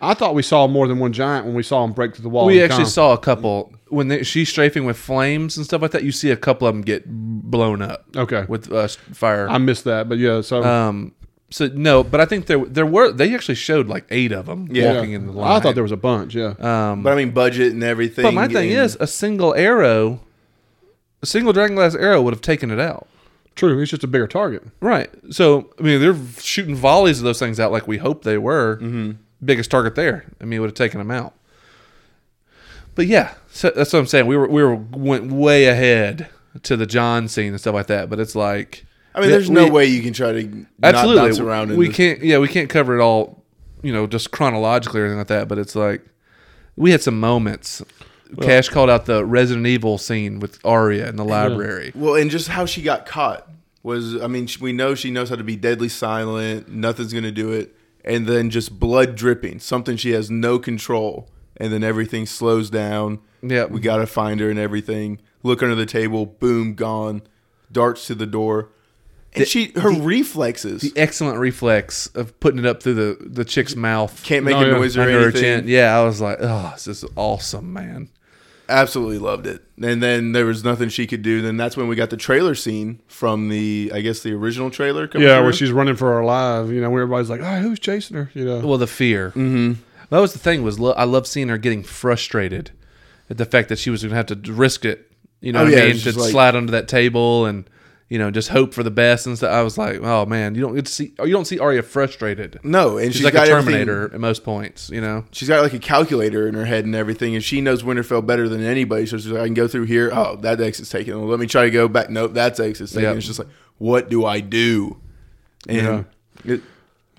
Speaker 1: I thought we saw more than one giant when we saw him break through the wall.
Speaker 2: we
Speaker 1: and
Speaker 2: actually
Speaker 1: come.
Speaker 2: saw a couple when they, she's strafing with flames and stuff like that. You see a couple of them get blown up
Speaker 1: Okay,
Speaker 2: with uh, s- fire.
Speaker 1: I missed that, but yeah. So
Speaker 2: um, so no, but I think there there were they actually showed like eight of them
Speaker 3: Yeah.
Speaker 2: walking in the line.
Speaker 1: I thought there was a bunch. Yeah,
Speaker 2: Um,
Speaker 3: But I mean, budget and everything.
Speaker 2: but my thing
Speaker 3: and-
Speaker 2: is, a single arrow, a single dragon glass arrow would have taken it out.
Speaker 1: true. He's just a bigger target.
Speaker 2: Right. So I mean, they're shooting volleys of those things out like we hoped they were. Mm-hmm. Biggest target there. I mean, it would have taken them out. But yeah, so that's what I'm saying. We were we were went way ahead to the John scene and stuff like that. But it's like
Speaker 3: I mean,
Speaker 2: that
Speaker 3: there's no
Speaker 2: we-
Speaker 3: way you can try to absolutely not
Speaker 2: absolutely
Speaker 3: bounce around. In
Speaker 2: we
Speaker 3: this.
Speaker 2: can't. Yeah, we can't cover it all. You know, just chronologically or anything like that. But it's like we had some moments. Cash called out the Resident Evil scene with Arya in the library.
Speaker 3: Well, and just how she got caught was, I mean, sh- we know she knows how to be deadly silent. Nothing's going to do it. And then just blood dripping, something she has no control. And then everything slows down.
Speaker 2: Yeah.
Speaker 3: We got to find her and everything. Look under the table. Boom, gone. Darts to the door. And she, her reflexes
Speaker 2: Excellent reflex of putting it up through the the chick's mouth.
Speaker 3: can't make
Speaker 1: No,
Speaker 3: a
Speaker 1: yeah.
Speaker 3: noise or
Speaker 2: under her
Speaker 3: anything.
Speaker 2: chin. Yeah, I was like, oh, this is awesome, man.
Speaker 3: Absolutely loved it. And then there was nothing she could do. Then that's when we got the trailer scene from the, I guess, the original trailer. Coming
Speaker 1: Yeah,
Speaker 3: through.
Speaker 1: where she's running for her life. You know, where everybody's like, "Ah, who's chasing her?" You know,
Speaker 2: Well, the fear. Mm-hmm. That was the thing. Was lo- I love seeing her getting frustrated at the fact that she was going to have to d- risk it. You know,
Speaker 3: Oh,
Speaker 2: what
Speaker 3: yeah,
Speaker 2: I mean,
Speaker 3: it's
Speaker 2: to
Speaker 3: just like-
Speaker 2: slide under that table and you know just hope for the best and stuff. I was like, oh man, you don't get to see you don't see Arya frustrated.
Speaker 3: No, and
Speaker 2: She's,
Speaker 3: she's
Speaker 2: like
Speaker 3: got
Speaker 2: a
Speaker 3: everything-
Speaker 2: Terminator at most points. You know,
Speaker 3: she's got like a calculator in her head and everything, and she knows Winterfell better than anybody. So she's like, I can go through here. Oh, that exit's taken. Well, let me try to go back. Nope, that's exit's taken.
Speaker 2: Yep.
Speaker 3: It's just like, what do I do? And it,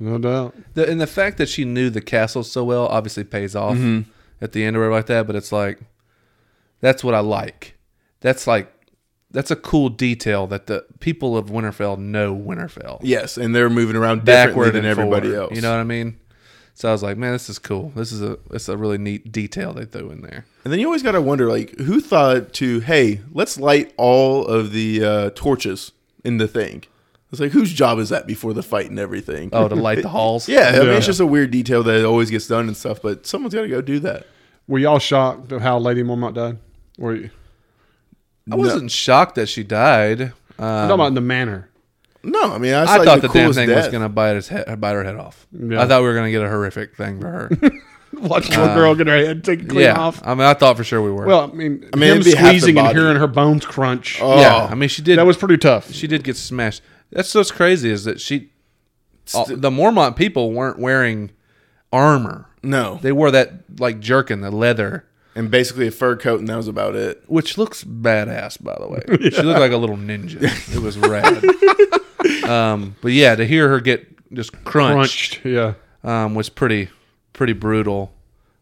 Speaker 1: no doubt.
Speaker 2: the, and the fact that she knew the castle so well obviously pays off
Speaker 3: Mm-hmm.
Speaker 2: at the end or whatever like that. But it's like that's what I like. That's like that's a cool detail that the people of Winterfell know Winterfell
Speaker 3: yes, and they're moving around differently
Speaker 2: backward
Speaker 3: than
Speaker 2: and
Speaker 3: everybody
Speaker 2: forward,
Speaker 3: else.
Speaker 2: You know what I mean? So I was like, man, this is cool. This is a it's a really neat detail they threw in there.
Speaker 3: And then you always got to wonder, like, who thought to, hey, let's light all of the uh, torches in the thing? It's like, whose job is that before the fight and everything? [LAUGHS]
Speaker 2: Oh, to light the halls.
Speaker 3: yeah, I mean,
Speaker 1: Yeah.
Speaker 3: it's just a weird detail that always gets done and stuff, but someone's got to go do that.
Speaker 1: Were y'all shocked at how Lady Mormont died? Were you?
Speaker 2: I wasn't shocked that she died.
Speaker 1: I'm
Speaker 2: Um,
Speaker 1: talking about in the manor.
Speaker 3: No, I mean, that's
Speaker 2: I
Speaker 3: like
Speaker 2: thought
Speaker 3: the
Speaker 2: the damn
Speaker 3: coolest
Speaker 2: thing was
Speaker 3: death.
Speaker 2: gonna bite his head, bite her head off.
Speaker 1: Yeah.
Speaker 2: I thought we were gonna get a horrific thing for
Speaker 3: [LAUGHS]
Speaker 2: her.
Speaker 1: [LAUGHS] Watch little girl get her head taken clean
Speaker 2: uh, yeah,
Speaker 1: off.
Speaker 2: I mean, I thought for sure we were.
Speaker 1: Well, I mean,
Speaker 3: mean,
Speaker 1: him
Speaker 3: it'd be half the
Speaker 1: squeezing and
Speaker 3: body.
Speaker 1: hearing her bones crunch.
Speaker 3: Oh.
Speaker 2: yeah, I mean, she did.
Speaker 1: that was pretty tough.
Speaker 2: she did get smashed. That's what's crazy is that she, all- the Mormont people weren't wearing armor.
Speaker 3: No.
Speaker 2: They wore that like jerkin, the leather.
Speaker 3: and basically a fur coat, and that was about it.
Speaker 2: which looks badass by the
Speaker 1: [LAUGHS]
Speaker 2: way. She looked like a little ninja. It was rad. um, but yeah, to hear her get just
Speaker 1: Crunched.
Speaker 2: crunched,
Speaker 1: Yeah,
Speaker 2: Um, was pretty pretty brutal.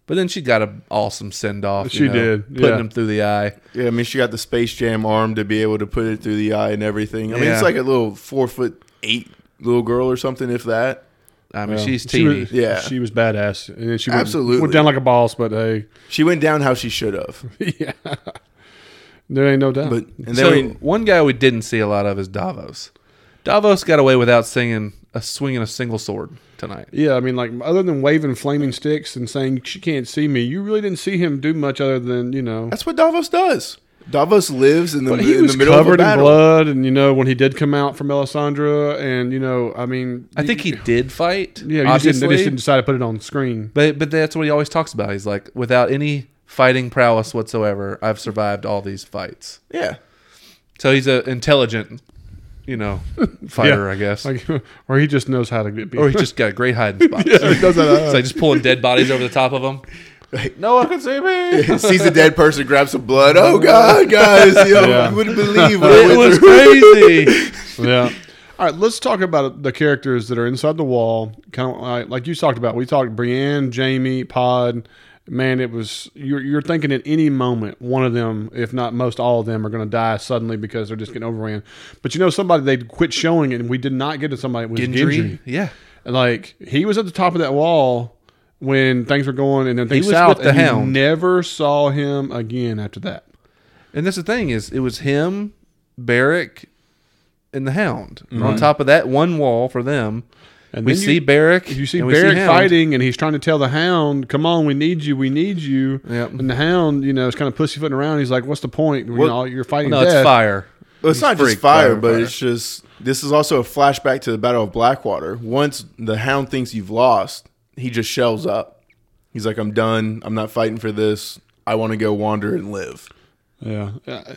Speaker 2: But then she got an awesome send off.
Speaker 1: She did,
Speaker 2: putting
Speaker 1: yeah.
Speaker 2: him through the eye.
Speaker 3: Yeah, I mean, she got the Space Jam arm to be able to put it through the eye and everything. I mean,
Speaker 2: Yeah.
Speaker 3: it's like a little four foot eight little girl or something, if that.
Speaker 2: I mean, she's
Speaker 1: She
Speaker 2: teeny.
Speaker 1: was,
Speaker 3: Yeah.
Speaker 1: she was badass, and then she went,
Speaker 3: Absolutely.
Speaker 1: went down like a boss. But hey, [LAUGHS]
Speaker 3: She went down how she should have.
Speaker 1: yeah, there ain't no doubt.
Speaker 3: But and then
Speaker 2: so
Speaker 3: we,
Speaker 2: one guy we didn't see a lot of is Davos. Davos got away without singing a swinging a single sword tonight.
Speaker 1: yeah, I mean, like other than waving flaming sticks and saying she can't see me, you really didn't see him do much other than you know.
Speaker 3: That's what Davos does. Davos lives in the,
Speaker 1: But he
Speaker 3: in
Speaker 1: was
Speaker 3: the middle of a
Speaker 1: covered in
Speaker 3: battle.
Speaker 1: blood, and you know when he did come out from Melisandre, and you know, I mean,
Speaker 2: I think he did fight.
Speaker 1: yeah, you just didn't, they just didn't decide to put it on screen.
Speaker 2: But but that's what he always talks about. He's like, without any fighting prowess whatsoever, I've survived all these fights.
Speaker 3: Yeah. [LAUGHS]
Speaker 2: So he's a intelligent,
Speaker 1: [LAUGHS]
Speaker 2: you know, fighter, I guess.
Speaker 1: Like, [LAUGHS] or he just knows how to get beat.
Speaker 2: or he just got great
Speaker 1: [LAUGHS]
Speaker 2: hiding spots.
Speaker 1: does
Speaker 2: It's like just pulling dead bodies over the top of him. No one can see
Speaker 3: [LAUGHS]
Speaker 2: me.
Speaker 3: Sees a dead person, grabs some blood. Oh God, guys, you, know,
Speaker 1: Yeah.
Speaker 3: you wouldn't believe what I
Speaker 2: It
Speaker 3: went
Speaker 2: was
Speaker 1: [LAUGHS]
Speaker 3: through.
Speaker 2: crazy.
Speaker 1: yeah. All right, let's talk about the characters that are inside the wall. Kind of like, like you talked about. We talked Brienne, Jamie, Pod. Man, it was you're, you're thinking at any moment one of them, if not most all of them, are going to die suddenly because they're just getting overran. But you know, somebody they quit showing it, and we did not get to somebody it was Gendry.
Speaker 2: Gendry. Yeah.
Speaker 1: And, Like he was at the top of that wall when things were going, and then things
Speaker 2: was
Speaker 1: south,
Speaker 2: with the
Speaker 1: and you
Speaker 2: Hound.
Speaker 1: never saw him again after that.
Speaker 2: And that's the thing is, it was him, Barrick, and the Hound on top of that one wall for them.
Speaker 1: Mm-hmm. And
Speaker 2: we
Speaker 1: then you-
Speaker 2: see Barrick.
Speaker 1: You see
Speaker 2: and we
Speaker 1: Barrick
Speaker 2: Hound.
Speaker 1: fighting, and he's trying to tell the Hound, "Come on, we need you, we need you."
Speaker 2: Yep.
Speaker 1: And the Hound, you know, is kind of pussyfooting around. He's like, "What's the point? You
Speaker 3: What-
Speaker 1: know, you're fighting
Speaker 2: No, it's
Speaker 1: death."
Speaker 2: fire.
Speaker 3: Well, it's
Speaker 2: He's
Speaker 3: not
Speaker 2: freaked
Speaker 3: just
Speaker 2: by
Speaker 3: fire,
Speaker 2: her
Speaker 3: but
Speaker 2: fire.
Speaker 3: it's just this is also a flashback to the Battle of Blackwater. Once the Hound thinks you've lost, he just shells up. He's like, "I'm done. I'm not fighting for this. I want to go wander and live."
Speaker 1: Yeah, Uh,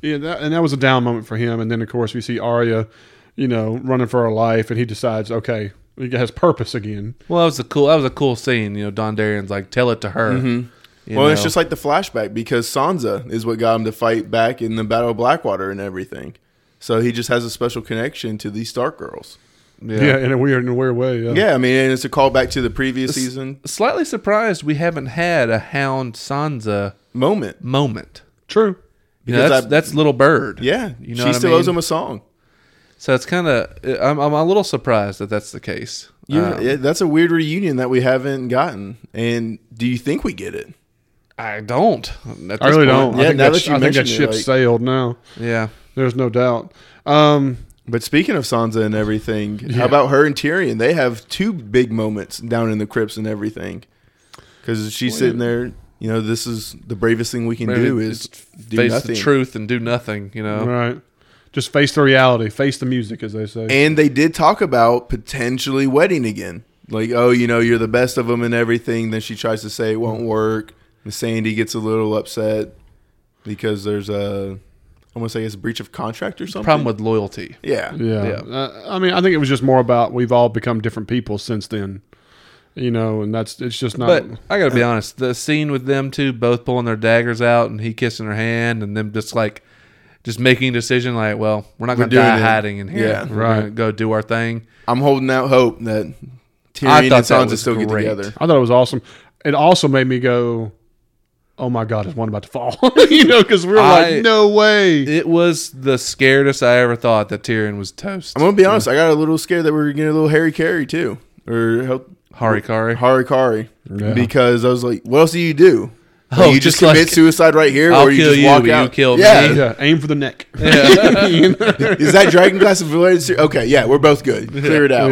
Speaker 1: yeah, that, and that was a down moment for him. And then, of course, we see Arya, you know, running for her life, and he decides, okay, he has purpose again.
Speaker 2: Well, that was a cool. That was a cool scene. You know, Don Darien's like, tell it to her.
Speaker 1: Mm-hmm.
Speaker 2: You
Speaker 3: well,
Speaker 2: know?
Speaker 3: it's just like the flashback because Sansa is what got him to fight back in the Battle of Blackwater and everything. So he just has a special connection to these Stark girls.
Speaker 1: Yeah, in a weird, in a weird way. Yeah,
Speaker 3: Yeah, I mean, and it's a callback to the previous season
Speaker 2: slightly surprised we haven't had a Hound Sansa
Speaker 3: moment.
Speaker 2: moment.
Speaker 1: true.
Speaker 2: You know,
Speaker 3: Because
Speaker 2: that's,
Speaker 3: I-
Speaker 2: that's Little Bird.
Speaker 3: Yeah,
Speaker 2: You know
Speaker 3: she
Speaker 2: what I
Speaker 3: still owes
Speaker 2: mean?
Speaker 3: him a song.
Speaker 2: So it's kind of I'm, I'm a little surprised that that's the case.
Speaker 3: Yeah,
Speaker 2: Um,
Speaker 3: Uh, yeah, that's a weird reunion that we haven't gotten. And do you think we get it?
Speaker 2: I don't. At
Speaker 1: I
Speaker 2: this
Speaker 1: really
Speaker 2: point.
Speaker 1: don't.
Speaker 3: Yeah,
Speaker 1: I think,
Speaker 3: now
Speaker 1: that,
Speaker 3: that
Speaker 1: sh-
Speaker 3: you
Speaker 1: I think that
Speaker 3: mention it,
Speaker 1: ship
Speaker 3: like-
Speaker 1: sailed now.
Speaker 2: Yeah.
Speaker 1: There's no doubt. Um,
Speaker 3: But speaking of Sansa and everything, how about her and Tyrion? They have two big moments down in the crypts and everything. Because she's sitting there, you know, this is the bravest thing we can
Speaker 2: Maybe
Speaker 3: do is do
Speaker 2: Face
Speaker 3: nothing.
Speaker 2: the truth and do nothing. You know.
Speaker 1: right. Just face the reality, face the music, as they say.
Speaker 3: And they did talk about potentially wedding again. Like, oh, you know, you're the best of them and everything. Then she tries to say it
Speaker 2: Mm-hmm.
Speaker 3: won't work. And Sandy gets a little upset because there's a, I want to say it's a breach of contract or something.
Speaker 2: Problem with loyalty.
Speaker 3: yeah.
Speaker 1: yeah, Uh, I mean, I think it was just more about we've all become different people since then, you know, and that's it's just not.
Speaker 2: But I gotta be honest, the scene with them two both pulling their daggers out and he kissing her hand and them just like just making a decision like, well, we're not
Speaker 3: We're
Speaker 2: gonna die
Speaker 3: doing it.
Speaker 2: hiding in here.
Speaker 3: Yeah.
Speaker 2: we're
Speaker 1: Right.
Speaker 2: gonna go do our thing.
Speaker 3: I'm holding out hope that
Speaker 2: I
Speaker 3: Tyrion and
Speaker 2: thought that
Speaker 3: Sansa
Speaker 2: was
Speaker 3: still get
Speaker 2: great.
Speaker 3: together.
Speaker 1: I thought it was awesome. It also made me go, "Oh my god, is one about to fall?" [LAUGHS] you know, because we're
Speaker 2: I-
Speaker 1: like, "No way!"
Speaker 2: It was the scaredest I ever thought that Tyrion was toast.
Speaker 3: I'm gonna be honest. I got a little scared that we were getting a little Harry Carey too, or help
Speaker 2: Harikari.
Speaker 3: Harry Carey,
Speaker 1: Yeah.
Speaker 3: because I was like, what else do you do? Like,
Speaker 2: Oh,
Speaker 3: you just,
Speaker 2: just like,
Speaker 3: commit suicide right here,
Speaker 2: I'll
Speaker 3: or you
Speaker 2: kill
Speaker 3: just
Speaker 2: you,
Speaker 3: walk
Speaker 2: you
Speaker 3: out.
Speaker 2: kill [LAUGHS]
Speaker 3: yeah.
Speaker 2: me.
Speaker 1: yeah, aim for the neck. [LAUGHS]
Speaker 3: Is that Dragon Glass and Valerian? Ser- Okay, yeah, we're both good. Clear it out.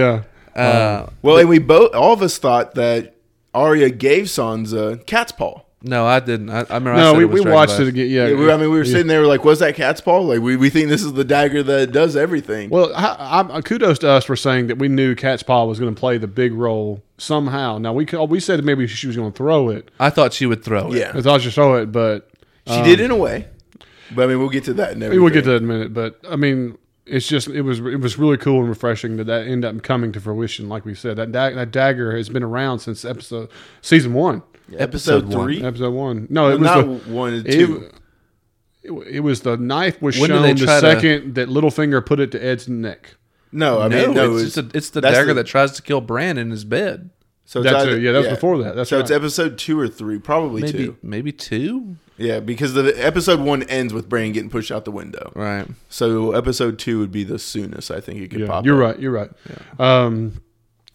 Speaker 1: yeah,
Speaker 2: Uh,
Speaker 3: Well, and we both, all of us thought that Arya gave Sansa cat's paw.
Speaker 2: no, I didn't. I, I remember. I
Speaker 1: no,
Speaker 2: said
Speaker 1: we,
Speaker 2: it was
Speaker 1: we
Speaker 2: Dragon
Speaker 1: watched
Speaker 2: Glass.
Speaker 1: it again. Yeah,
Speaker 3: Yeah, we- I mean, we were sitting there like, was that cat's paw? Like, we, we think this is the dagger that does everything.
Speaker 1: Well, I, I, kudos to us for saying that we knew Cat's Paw was going to play the big role somehow. Now we could- we said maybe she was going to throw it.
Speaker 2: I thought she would throw it.
Speaker 3: yeah,
Speaker 1: I thought she throw it, but
Speaker 3: she did in a way. But I mean, we'll get to that. And
Speaker 1: Um, we
Speaker 3: everything.
Speaker 1: will get to that in a minute. But I mean, it's just it was it was really cool and refreshing that that ended up coming to fruition. Like we said, that dag- that dagger has been around since episode season one.
Speaker 3: episode,
Speaker 2: Episode one.
Speaker 3: three.
Speaker 1: Episode one. No, it was
Speaker 3: not
Speaker 1: the,
Speaker 3: one and
Speaker 1: it
Speaker 3: two.
Speaker 1: w- it, w- it was the knife was
Speaker 2: When did
Speaker 1: shown
Speaker 2: they
Speaker 1: the
Speaker 2: try to-
Speaker 1: second that Littlefinger put it to Ed's neck.
Speaker 3: no, I
Speaker 2: No,
Speaker 3: mean, no,
Speaker 2: it's, just a, it's the
Speaker 3: that's
Speaker 2: dagger
Speaker 3: the-
Speaker 2: that tries to kill Bran in his bed.
Speaker 3: so it's
Speaker 1: That's
Speaker 3: either-
Speaker 1: it. Yeah, that was before that. That's
Speaker 3: so it's
Speaker 1: right.
Speaker 3: episode two or three, probably
Speaker 2: Maybe
Speaker 3: two.
Speaker 2: maybe two.
Speaker 3: Yeah, because the episode one ends with Bran getting pushed out the window.
Speaker 2: Right.
Speaker 3: So episode two would be the soonest I think it could
Speaker 1: Yeah,
Speaker 3: pop.
Speaker 1: you're
Speaker 3: up.
Speaker 1: right. You're right. Um,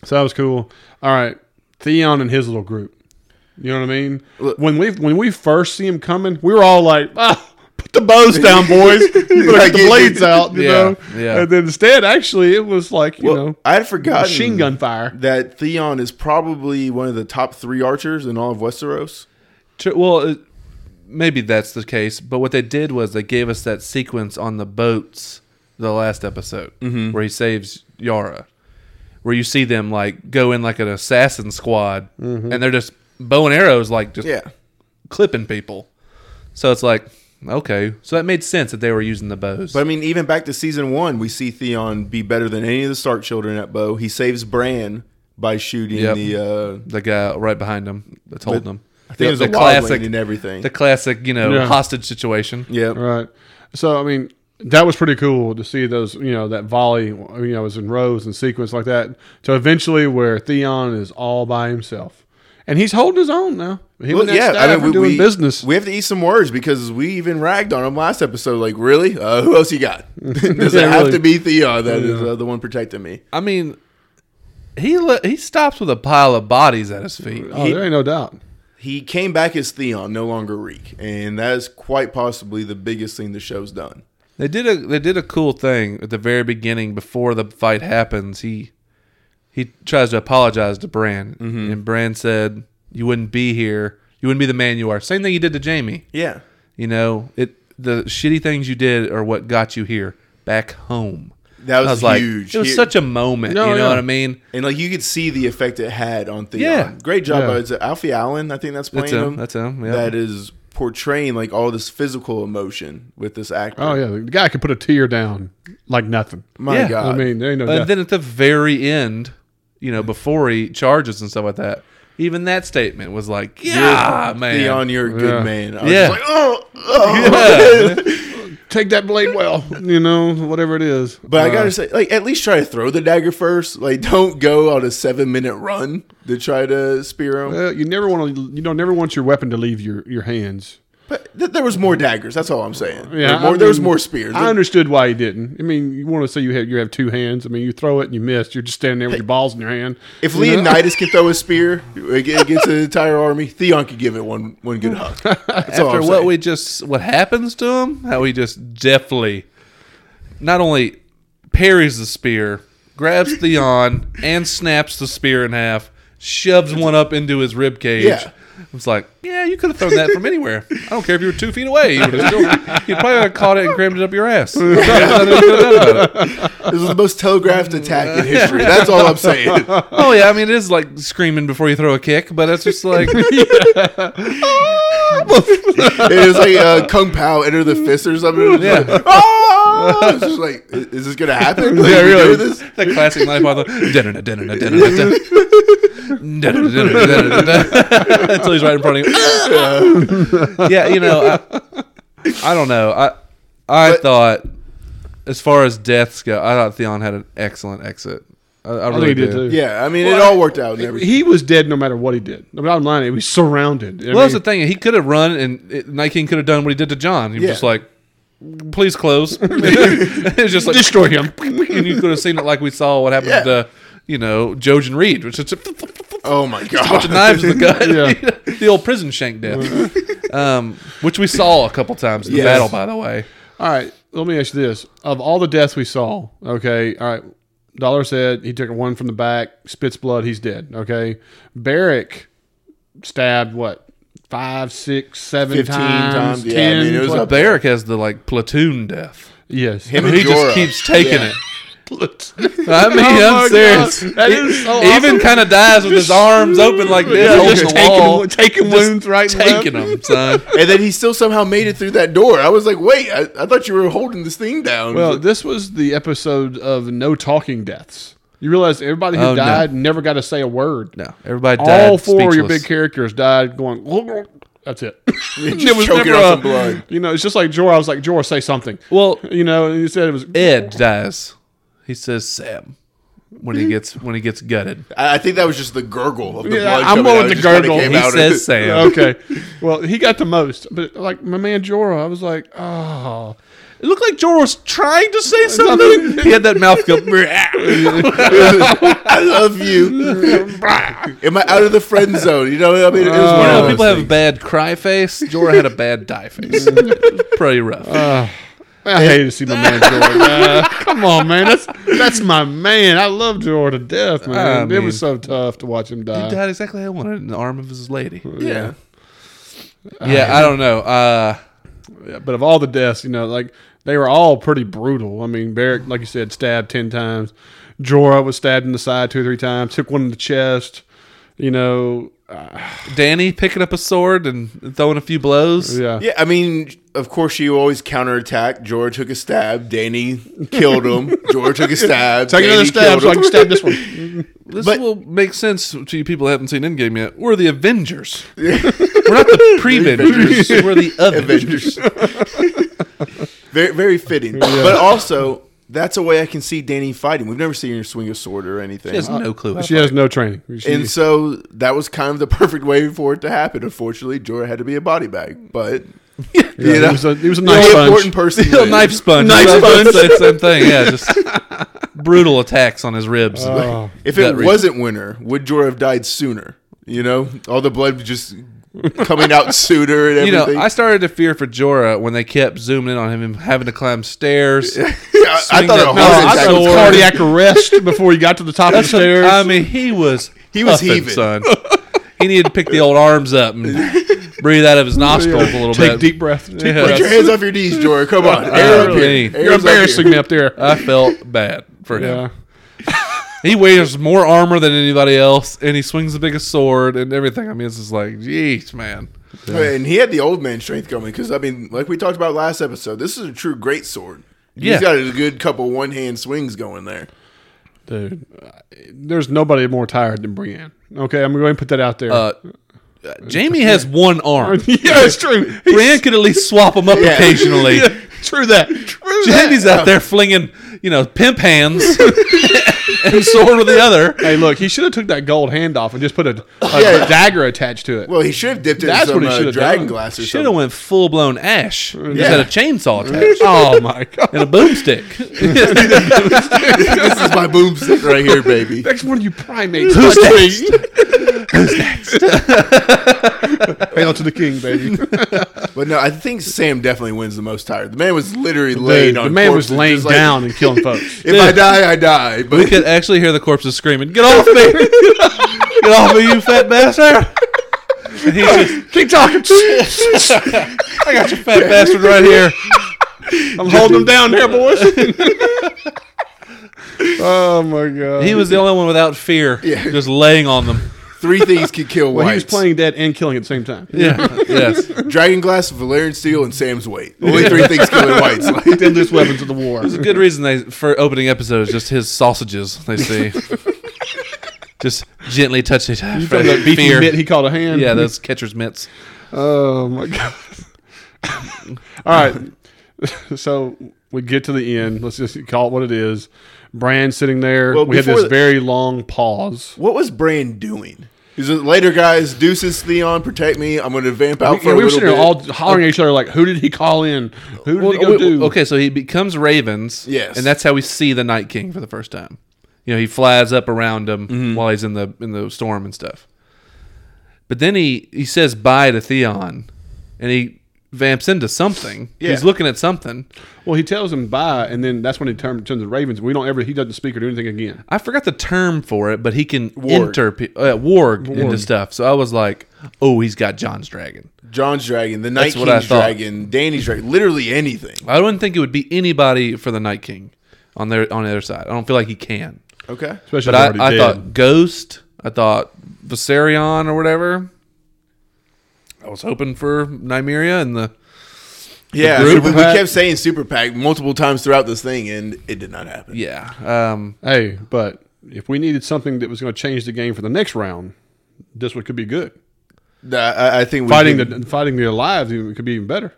Speaker 1: so that was cool. All right, Theon and his little group. You know what I mean?
Speaker 3: Look-
Speaker 1: when we when we first see him coming, we were all like, ah, "Put the bows
Speaker 3: [LAUGHS]
Speaker 1: down, boys! You better
Speaker 3: Like,
Speaker 1: get the blades out!" You
Speaker 2: yeah,
Speaker 1: know.
Speaker 2: yeah.
Speaker 1: And then instead, actually, it was like you
Speaker 3: Well,
Speaker 1: know,
Speaker 3: I had forgotten
Speaker 1: machine gun fire.
Speaker 3: that Theon is probably one of the top three archers in all of Westeros.
Speaker 2: Tr- Well, it- maybe that's the case. But what they did was they gave us that sequence on the boats the last episode
Speaker 3: Mm-hmm.
Speaker 2: where he saves Yara, where you see them like go in like an assassin squad, and they're just bow and arrows like just
Speaker 3: Mm-hmm. Yeah,
Speaker 2: clipping people. So it's like okay, so that made sense that they were using the bows.
Speaker 3: but I mean, even back to season one, we see Theon be better than any of the Stark children at bow. He saves Bran by shooting
Speaker 2: Yep.
Speaker 3: the. Uh,
Speaker 2: the guy right behind him that's holding him.
Speaker 3: I think it was
Speaker 2: the
Speaker 3: a classic and everything.
Speaker 2: the classic, you know,
Speaker 1: Yeah.
Speaker 2: hostage situation.
Speaker 3: yeah,
Speaker 1: Right. So I mean, that was pretty cool to see those. You know, that volley. You know, was in rows and sequence like that. To eventually, where Theon is all by himself, and he's holding his own now. He and
Speaker 3: Well,
Speaker 1: that staff are doing business.
Speaker 3: We have to eat some words because we even ragged on him last episode. Like, really? Uh, who else you got? Does it
Speaker 1: Yeah,
Speaker 3: have
Speaker 1: really.
Speaker 3: to be Theon that is uh, the one protecting me?
Speaker 2: I mean, he le- he stops with a pile of bodies at his feet.
Speaker 1: Oh,
Speaker 3: He-
Speaker 1: there ain't no doubt.
Speaker 3: He came back as Theon, no longer Reek, and that is quite possibly the biggest thing the show's done.
Speaker 2: They did a they did a cool thing at the very beginning before the fight happens. He he tries to apologize to Bran,
Speaker 3: Mm-hmm.
Speaker 2: and Bran said, "You wouldn't be here. You wouldn't be the man you are." Same thing he did to Jamie.
Speaker 3: Yeah.
Speaker 2: You know, it the shitty things you did are what got you here back home.
Speaker 3: That was
Speaker 2: I
Speaker 3: huge.
Speaker 2: It was
Speaker 3: He-
Speaker 2: such a moment.
Speaker 1: No,
Speaker 2: you know
Speaker 1: yeah.
Speaker 2: what I mean?
Speaker 3: And like you could see the effect it had on Theon.
Speaker 2: Yeah.
Speaker 3: Great job.
Speaker 1: Yeah.
Speaker 3: by It's Alfie Allen, I think that's playing
Speaker 2: That's him.
Speaker 3: him.
Speaker 2: That's him. Yeah.
Speaker 3: That is portraying like all this physical emotion with this actor.
Speaker 1: Oh yeah, the guy could put a tear down like nothing.
Speaker 3: My
Speaker 2: Yeah.
Speaker 3: God.
Speaker 1: I mean, there ain't no.
Speaker 2: and
Speaker 1: doubt.
Speaker 2: then at the very end, you know, before he charges and stuff like that, even that statement was like, "Yeah, man."
Speaker 3: Theon, you're a good
Speaker 1: Yeah.
Speaker 3: man. I was
Speaker 2: Yeah.
Speaker 3: just like, oh, oh.
Speaker 2: [LAUGHS]
Speaker 3: [LAUGHS]
Speaker 2: Yeah.
Speaker 1: Take that blade well, you know, whatever it is. Uh,
Speaker 3: But I gotta say, like, at least try to throw the dagger first. Like, don't go on a seven minute run to try to spear him.
Speaker 1: Well, uh, you never want to. You don't never want your weapon to leave your, your hands.
Speaker 3: But th- there was more daggers. That's all I'm saying.
Speaker 1: Yeah,
Speaker 3: There- more,
Speaker 1: I
Speaker 3: there was
Speaker 1: mean,
Speaker 3: more spears.
Speaker 1: I understood why he didn't. I mean, you want to say you have you have two hands. I mean, you throw it and you miss. You're just standing there with your balls in your hand.
Speaker 3: if
Speaker 1: You know?
Speaker 3: Leonidas can throw a spear ag- against an entire army, Theon could give it one one good hug. That's all
Speaker 2: after
Speaker 3: I'm
Speaker 2: what
Speaker 3: saying.
Speaker 2: we just what happens to him, how he just deftly not only parries the spear, grabs Theon and snaps the spear in half, shoves one up into his rib cage.
Speaker 3: Yeah.
Speaker 2: It's like, yeah, you could have thrown that from anywhere. I don't care if you were two feet away. You would have still, you'd probably have caught it and crammed it up your
Speaker 3: [LAUGHS]
Speaker 2: ass.
Speaker 3: This is the most telegraphed
Speaker 2: Mm.
Speaker 3: attack in history. That's all I'm saying.
Speaker 2: oh yeah, I mean it is like screaming before you throw a kick, but that's just like
Speaker 3: It is like uh, Kung Pao enter the fist or something. It's
Speaker 2: Yeah.
Speaker 3: Like, "Ah!" It's just like, i- is this gonna happen?
Speaker 2: [LAUGHS]
Speaker 3: Like,
Speaker 2: Yeah,
Speaker 3: we
Speaker 2: really.
Speaker 3: do this?
Speaker 2: The classic Monty Python. "Da-da-da, da-da-da, da-da-da." Da-da-da, da-da-da, da-da-da. Until he's right in front of you. yeah, you know, I, I don't know. I I
Speaker 3: But-
Speaker 2: thought, as far as deaths go, I thought Theon had an excellent exit. I, I really
Speaker 1: he
Speaker 2: do.
Speaker 1: did too.
Speaker 3: Yeah, I mean, it
Speaker 1: Well,
Speaker 3: all worked out. And everything.
Speaker 1: He was dead no matter what he did. The bottom line, he was surrounded. I
Speaker 2: Well, that's
Speaker 1: mean,
Speaker 2: the thing. He could have run, and it, Night King could have done what he did to John. He was
Speaker 3: Yeah.
Speaker 2: just like, "Please close." [LAUGHS] it's just like
Speaker 1: destroy him. [LAUGHS]
Speaker 2: and you could have seen it like we saw what happened
Speaker 3: Yeah.
Speaker 2: to you know Jojen Reed, which is
Speaker 3: Oh my god!
Speaker 1: [LAUGHS]
Speaker 2: knives in the gut, [LAUGHS]
Speaker 1: Yeah.
Speaker 2: the old prison shank
Speaker 1: [LAUGHS]
Speaker 2: death, um, which we saw a couple times in
Speaker 3: Yes.
Speaker 2: the battle. By the way,
Speaker 1: All right, let me ask you this: of all the deaths we saw, okay, all right, Dollar said he took one from the back, spits blood, he's dead. Okay, Barrick stabbed what five, six, seven
Speaker 3: 15
Speaker 1: times,
Speaker 3: times, yeah, I
Speaker 1: ten.
Speaker 3: mean, it was
Speaker 1: twen-
Speaker 2: well,
Speaker 3: up-
Speaker 2: Barrick has the like platoon death.
Speaker 1: yes, [LAUGHS]
Speaker 3: Him
Speaker 2: I mean, he
Speaker 3: Jorah.
Speaker 2: just keeps taking
Speaker 3: Yeah.
Speaker 2: it. I [LAUGHS] mean,
Speaker 1: Oh my
Speaker 2: I'm serious.
Speaker 1: God, that
Speaker 2: He-
Speaker 1: is so
Speaker 2: he even
Speaker 1: awesome.
Speaker 2: kind of dies with his arms open like this,
Speaker 1: Yeah,
Speaker 2: holding
Speaker 1: just
Speaker 2: the
Speaker 1: taking-
Speaker 2: wall,
Speaker 1: taking
Speaker 2: Just
Speaker 1: wounds right and
Speaker 2: taking
Speaker 1: left.
Speaker 2: them, son.
Speaker 3: [LAUGHS] and then he still somehow made it through that door. I was like, wait, I, I thought you were holding this thing down.
Speaker 1: Well, this was the episode of no talking deaths. You realize everybody who
Speaker 2: Oh, no.
Speaker 1: died never got to say a word.
Speaker 2: No, everybody died.
Speaker 1: All four of your
Speaker 2: speechless.
Speaker 1: big characters died going. That's it. [LAUGHS]
Speaker 3: Just
Speaker 1: never
Speaker 3: choking on
Speaker 1: a-
Speaker 3: some blood.
Speaker 1: You know, it's just like Jorah. I was like, Jorah, say something.
Speaker 2: Well,
Speaker 1: You know, and he said it was.
Speaker 2: Ed dies. He says Sam
Speaker 1: [LAUGHS]
Speaker 2: when he gets when he gets gutted.
Speaker 3: I, I think that was just the gurgle of the
Speaker 1: Yeah,
Speaker 3: blood.
Speaker 1: I'm
Speaker 3: coming
Speaker 1: going
Speaker 3: out.
Speaker 1: with
Speaker 3: It
Speaker 1: the
Speaker 3: just kinda
Speaker 1: gurgle.
Speaker 3: came
Speaker 2: He
Speaker 3: out. [LAUGHS]
Speaker 2: says Sam.
Speaker 1: okay. Well, he got the most, but like my man Jorah, I was like, [LAUGHS] oh,
Speaker 2: It looked like Jorah was trying to say something. he had that mouth go. [LAUGHS] "Brah."
Speaker 3: I love you. Am I out of the friend zone? You know what I mean? It was
Speaker 2: you
Speaker 3: one
Speaker 2: know,
Speaker 3: of
Speaker 2: Oh, people
Speaker 3: those
Speaker 2: have a bad cry face. Jorah had a bad [LAUGHS] die face. Pretty rough.
Speaker 1: I hate to see my man Jorah.
Speaker 2: [LAUGHS]
Speaker 1: die. come on, man, that's that's my man. I love Jorah to death, man.
Speaker 2: I
Speaker 1: it
Speaker 2: mean-
Speaker 1: was so tough to watch him die.
Speaker 2: he died exactly how I wanted in the arm of his lady.
Speaker 3: things. Yeah.
Speaker 2: Yeah, I don't know. Uh,
Speaker 1: But of all the deaths, you know, like they were all pretty brutal. I mean, Barrick, like you said, stabbed ten times. Jorah was stabbed in the side two or three times. Took one in the chest. You know, Uh,
Speaker 2: Danny picking up a sword and throwing a few blows.
Speaker 1: yeah,
Speaker 3: Yeah, I mean, of course, you always counterattack. George took a stab. Danny
Speaker 1: [LAUGHS]
Speaker 3: killed him. George took a stab.
Speaker 1: Take another
Speaker 3: Danny
Speaker 1: stab
Speaker 3: killed
Speaker 1: so I
Speaker 3: him.
Speaker 1: can
Speaker 3: [LAUGHS]
Speaker 1: stab this
Speaker 2: [LAUGHS]
Speaker 1: one.
Speaker 2: This
Speaker 3: But-
Speaker 2: will make sense to you people who haven't seen Endgame yet. We're the Avengers. We're not [LAUGHS] the pre-Avengers. We're the Avengers.
Speaker 3: Avengers. [LAUGHS] very, very fitting. But also, that's a way I can see Danny fighting. We've never seen her swing a sword or anything.
Speaker 2: She has no clue. how
Speaker 1: She has no training. She-
Speaker 2: [LAUGHS]
Speaker 3: and so that was kind of the [LAUGHS] perfect way for it to happen. Unfortunately, Jorah had to be a body bag, but
Speaker 1: yeah,
Speaker 3: you know,
Speaker 1: he was a, he was a
Speaker 3: the
Speaker 1: nice
Speaker 3: important
Speaker 1: sponge. [LAUGHS]
Speaker 3: person.
Speaker 2: Still
Speaker 3: wins.
Speaker 2: knife sponge.
Speaker 1: Knife
Speaker 2: I was about to
Speaker 1: sponge.
Speaker 2: say the Same thing.
Speaker 1: [LAUGHS]
Speaker 2: Yeah, just brutal attacks on his ribs.
Speaker 1: Oh.
Speaker 3: If
Speaker 2: That
Speaker 3: it
Speaker 2: reason.
Speaker 3: wasn't winter, would Jorah have died sooner? You know, all the blood just
Speaker 2: [LAUGHS]
Speaker 3: coming out sooner and
Speaker 2: You know,
Speaker 3: everything.
Speaker 2: I started to fear for Jorah when they kept zooming in on him and having to climb stairs. [LAUGHS]
Speaker 3: Yeah, I,
Speaker 2: swing
Speaker 3: thought
Speaker 2: that-
Speaker 3: a
Speaker 2: no,
Speaker 3: heart
Speaker 2: Oh, I
Speaker 3: attack
Speaker 2: thought it
Speaker 3: was
Speaker 2: was
Speaker 3: coming.
Speaker 1: cardiac arrest before he got to the top of the stairs.
Speaker 2: I mean, he was
Speaker 3: He was
Speaker 2: huffing,
Speaker 1: [LAUGHS]
Speaker 3: heaving.
Speaker 2: son. He needed to pick the old arms up and breathe out of his nostrils a little
Speaker 1: Take
Speaker 2: bit.
Speaker 1: deep breath. Take
Speaker 2: Yeah.
Speaker 3: Put your
Speaker 1: breath.
Speaker 3: hands off your knees, Jordan.
Speaker 2: [LAUGHS]
Speaker 3: Come on.
Speaker 2: I
Speaker 3: Air up
Speaker 2: really
Speaker 3: here.
Speaker 2: mean.
Speaker 3: Air's
Speaker 1: You're
Speaker 3: up here.
Speaker 1: embarrassing me up
Speaker 3: [LAUGHS]
Speaker 1: there.
Speaker 2: I felt bad for him.
Speaker 1: Yeah.
Speaker 2: He wears more armor than anybody else, and he swings the biggest sword and everything. I mean, it's just like, jeez, man.
Speaker 3: And he had the old man strength coming because I mean, like we talked about last episode, this is a true great sword.
Speaker 2: Yeah.
Speaker 3: He's got a good couple one hand swings going there.
Speaker 1: Dude, I- there's nobody more tired than Brienne. Okay, I'm going to put that out there.
Speaker 2: Uh, Jamie has one arm.
Speaker 1: [LAUGHS] yeah, it's true. He's-
Speaker 2: Brian could at least swap them up occasionally.
Speaker 1: Yeah, true
Speaker 3: [LAUGHS]
Speaker 1: that. True
Speaker 2: Jamie's
Speaker 1: that.
Speaker 2: out there flinging, you know, pimp hands and sword with the other.
Speaker 1: Hey, look, he should have took that gold hand off and just put a, a
Speaker 3: Yeah.
Speaker 1: dagger attached to it.
Speaker 3: Well, he should have dipped it
Speaker 1: That's
Speaker 3: in
Speaker 1: what
Speaker 3: some
Speaker 1: he should
Speaker 3: uh,
Speaker 1: have
Speaker 3: dragon
Speaker 1: done.
Speaker 3: glass or
Speaker 2: Should have
Speaker 3: something.
Speaker 2: went full blown ash. Just
Speaker 3: Yeah.
Speaker 2: had a chainsaw attached. oh my god! And a boomstick. [LAUGHS]
Speaker 3: [LAUGHS] this is my boomstick right here, baby.
Speaker 1: Next one of you primates.
Speaker 2: [LAUGHS] Who's
Speaker 3: [LAUGHS]
Speaker 1: touch me.
Speaker 2: next?
Speaker 1: Hail to the king, baby.
Speaker 3: But no, I think Sam definitely wins the most tired. The man was literally laying
Speaker 1: Dude,
Speaker 3: on.
Speaker 1: the man was
Speaker 3: corpses,
Speaker 1: laying
Speaker 3: just like,
Speaker 1: down and killing folks.
Speaker 3: [LAUGHS] If I die, I die.
Speaker 2: we
Speaker 3: But
Speaker 2: could actually hear the corpses screaming, "Get off me! [LAUGHS] Get off me, you fat bastard!" And he's just,
Speaker 1: Keep
Speaker 3: [LAUGHS]
Speaker 1: talking.
Speaker 2: "I got you, fat bastard, right here."
Speaker 1: I'm holding them down [LAUGHS] there,
Speaker 3: [LAUGHS]
Speaker 1: boys. oh my god.
Speaker 2: He was the only one without fear,
Speaker 3: Yeah.
Speaker 2: just laying on them.
Speaker 3: three things
Speaker 1: [LAUGHS]
Speaker 3: could kill
Speaker 1: Well,
Speaker 3: whites:
Speaker 1: he was playing dead and killing at the same time.
Speaker 2: Yeah. yes.
Speaker 3: dragon glass, Valerian steel, and Sam's weight. Only three things killing whites.
Speaker 1: [LAUGHS] The deadliest weapons of the war.
Speaker 3: [LAUGHS]
Speaker 2: [LAUGHS] Good reason they for opening episode is just his sausages. They see,
Speaker 3: [LAUGHS]
Speaker 2: just gently touch it. [LAUGHS]
Speaker 1: From that beefy mitt he called a hand.
Speaker 2: Yeah, those catcher's mitts.
Speaker 1: Oh my god. [LAUGHS] All right. [LAUGHS] so we get to the end. Let's just call it what it is. Brand sitting there.
Speaker 3: Well,
Speaker 1: we had
Speaker 3: before
Speaker 1: this
Speaker 3: the-
Speaker 1: very long pause.
Speaker 3: What was Bran doing? He's like, later, guys. Deuces, Theon, protect me. I'm going to vamp out for
Speaker 1: Yeah,
Speaker 3: a
Speaker 1: we were
Speaker 3: little
Speaker 1: sitting
Speaker 3: bit.
Speaker 1: there all hollering at each other like, "Who did he call in? Who did he go
Speaker 2: Well,
Speaker 1: do?"
Speaker 2: Oh, Okay, so he becomes Ravens.
Speaker 3: Yes.
Speaker 2: and that's how we see the Night King for the first time. You know, he flies up around him
Speaker 3: Mm-hmm.
Speaker 2: while he's in the in the storm and stuff. But then he he says bye to Theon, and he vamps into something.
Speaker 3: Yeah.
Speaker 2: He's looking at something.
Speaker 1: Well, he tells him bye, and then that's when he turn- turns to Ravens. We don't ever. He doesn't speak or do anything again.
Speaker 2: I forgot the term for it, but he can
Speaker 3: Warg.
Speaker 2: enter pe- uh, warg, into stuff. So I was like, oh, he's got John's dragon.
Speaker 3: John's dragon, the Night
Speaker 2: That's what I
Speaker 3: King's
Speaker 2: thought.
Speaker 3: dragon, Danny's dragon, literally anything.
Speaker 2: I wouldn't think it would be anybody for the Night King on their on the other side. I don't feel like he can.
Speaker 3: Okay.
Speaker 1: Especially
Speaker 2: But
Speaker 1: if
Speaker 2: I,
Speaker 1: they're
Speaker 2: I
Speaker 1: already
Speaker 2: thought Ghost. I thought Viserion or whatever. I was hoping for Nymeria and the
Speaker 3: Yeah,
Speaker 1: group
Speaker 3: we, we
Speaker 1: pack?
Speaker 3: kept saying super pack multiple times throughout this thing, and it did not happen.
Speaker 2: yeah. Um,
Speaker 1: dead. Hey, but if we needed something that was going to change the game for the next round, this one could be good.
Speaker 3: Nah, I, I think we
Speaker 1: Fighting
Speaker 3: can,
Speaker 1: the fighting the alive even- could be even better.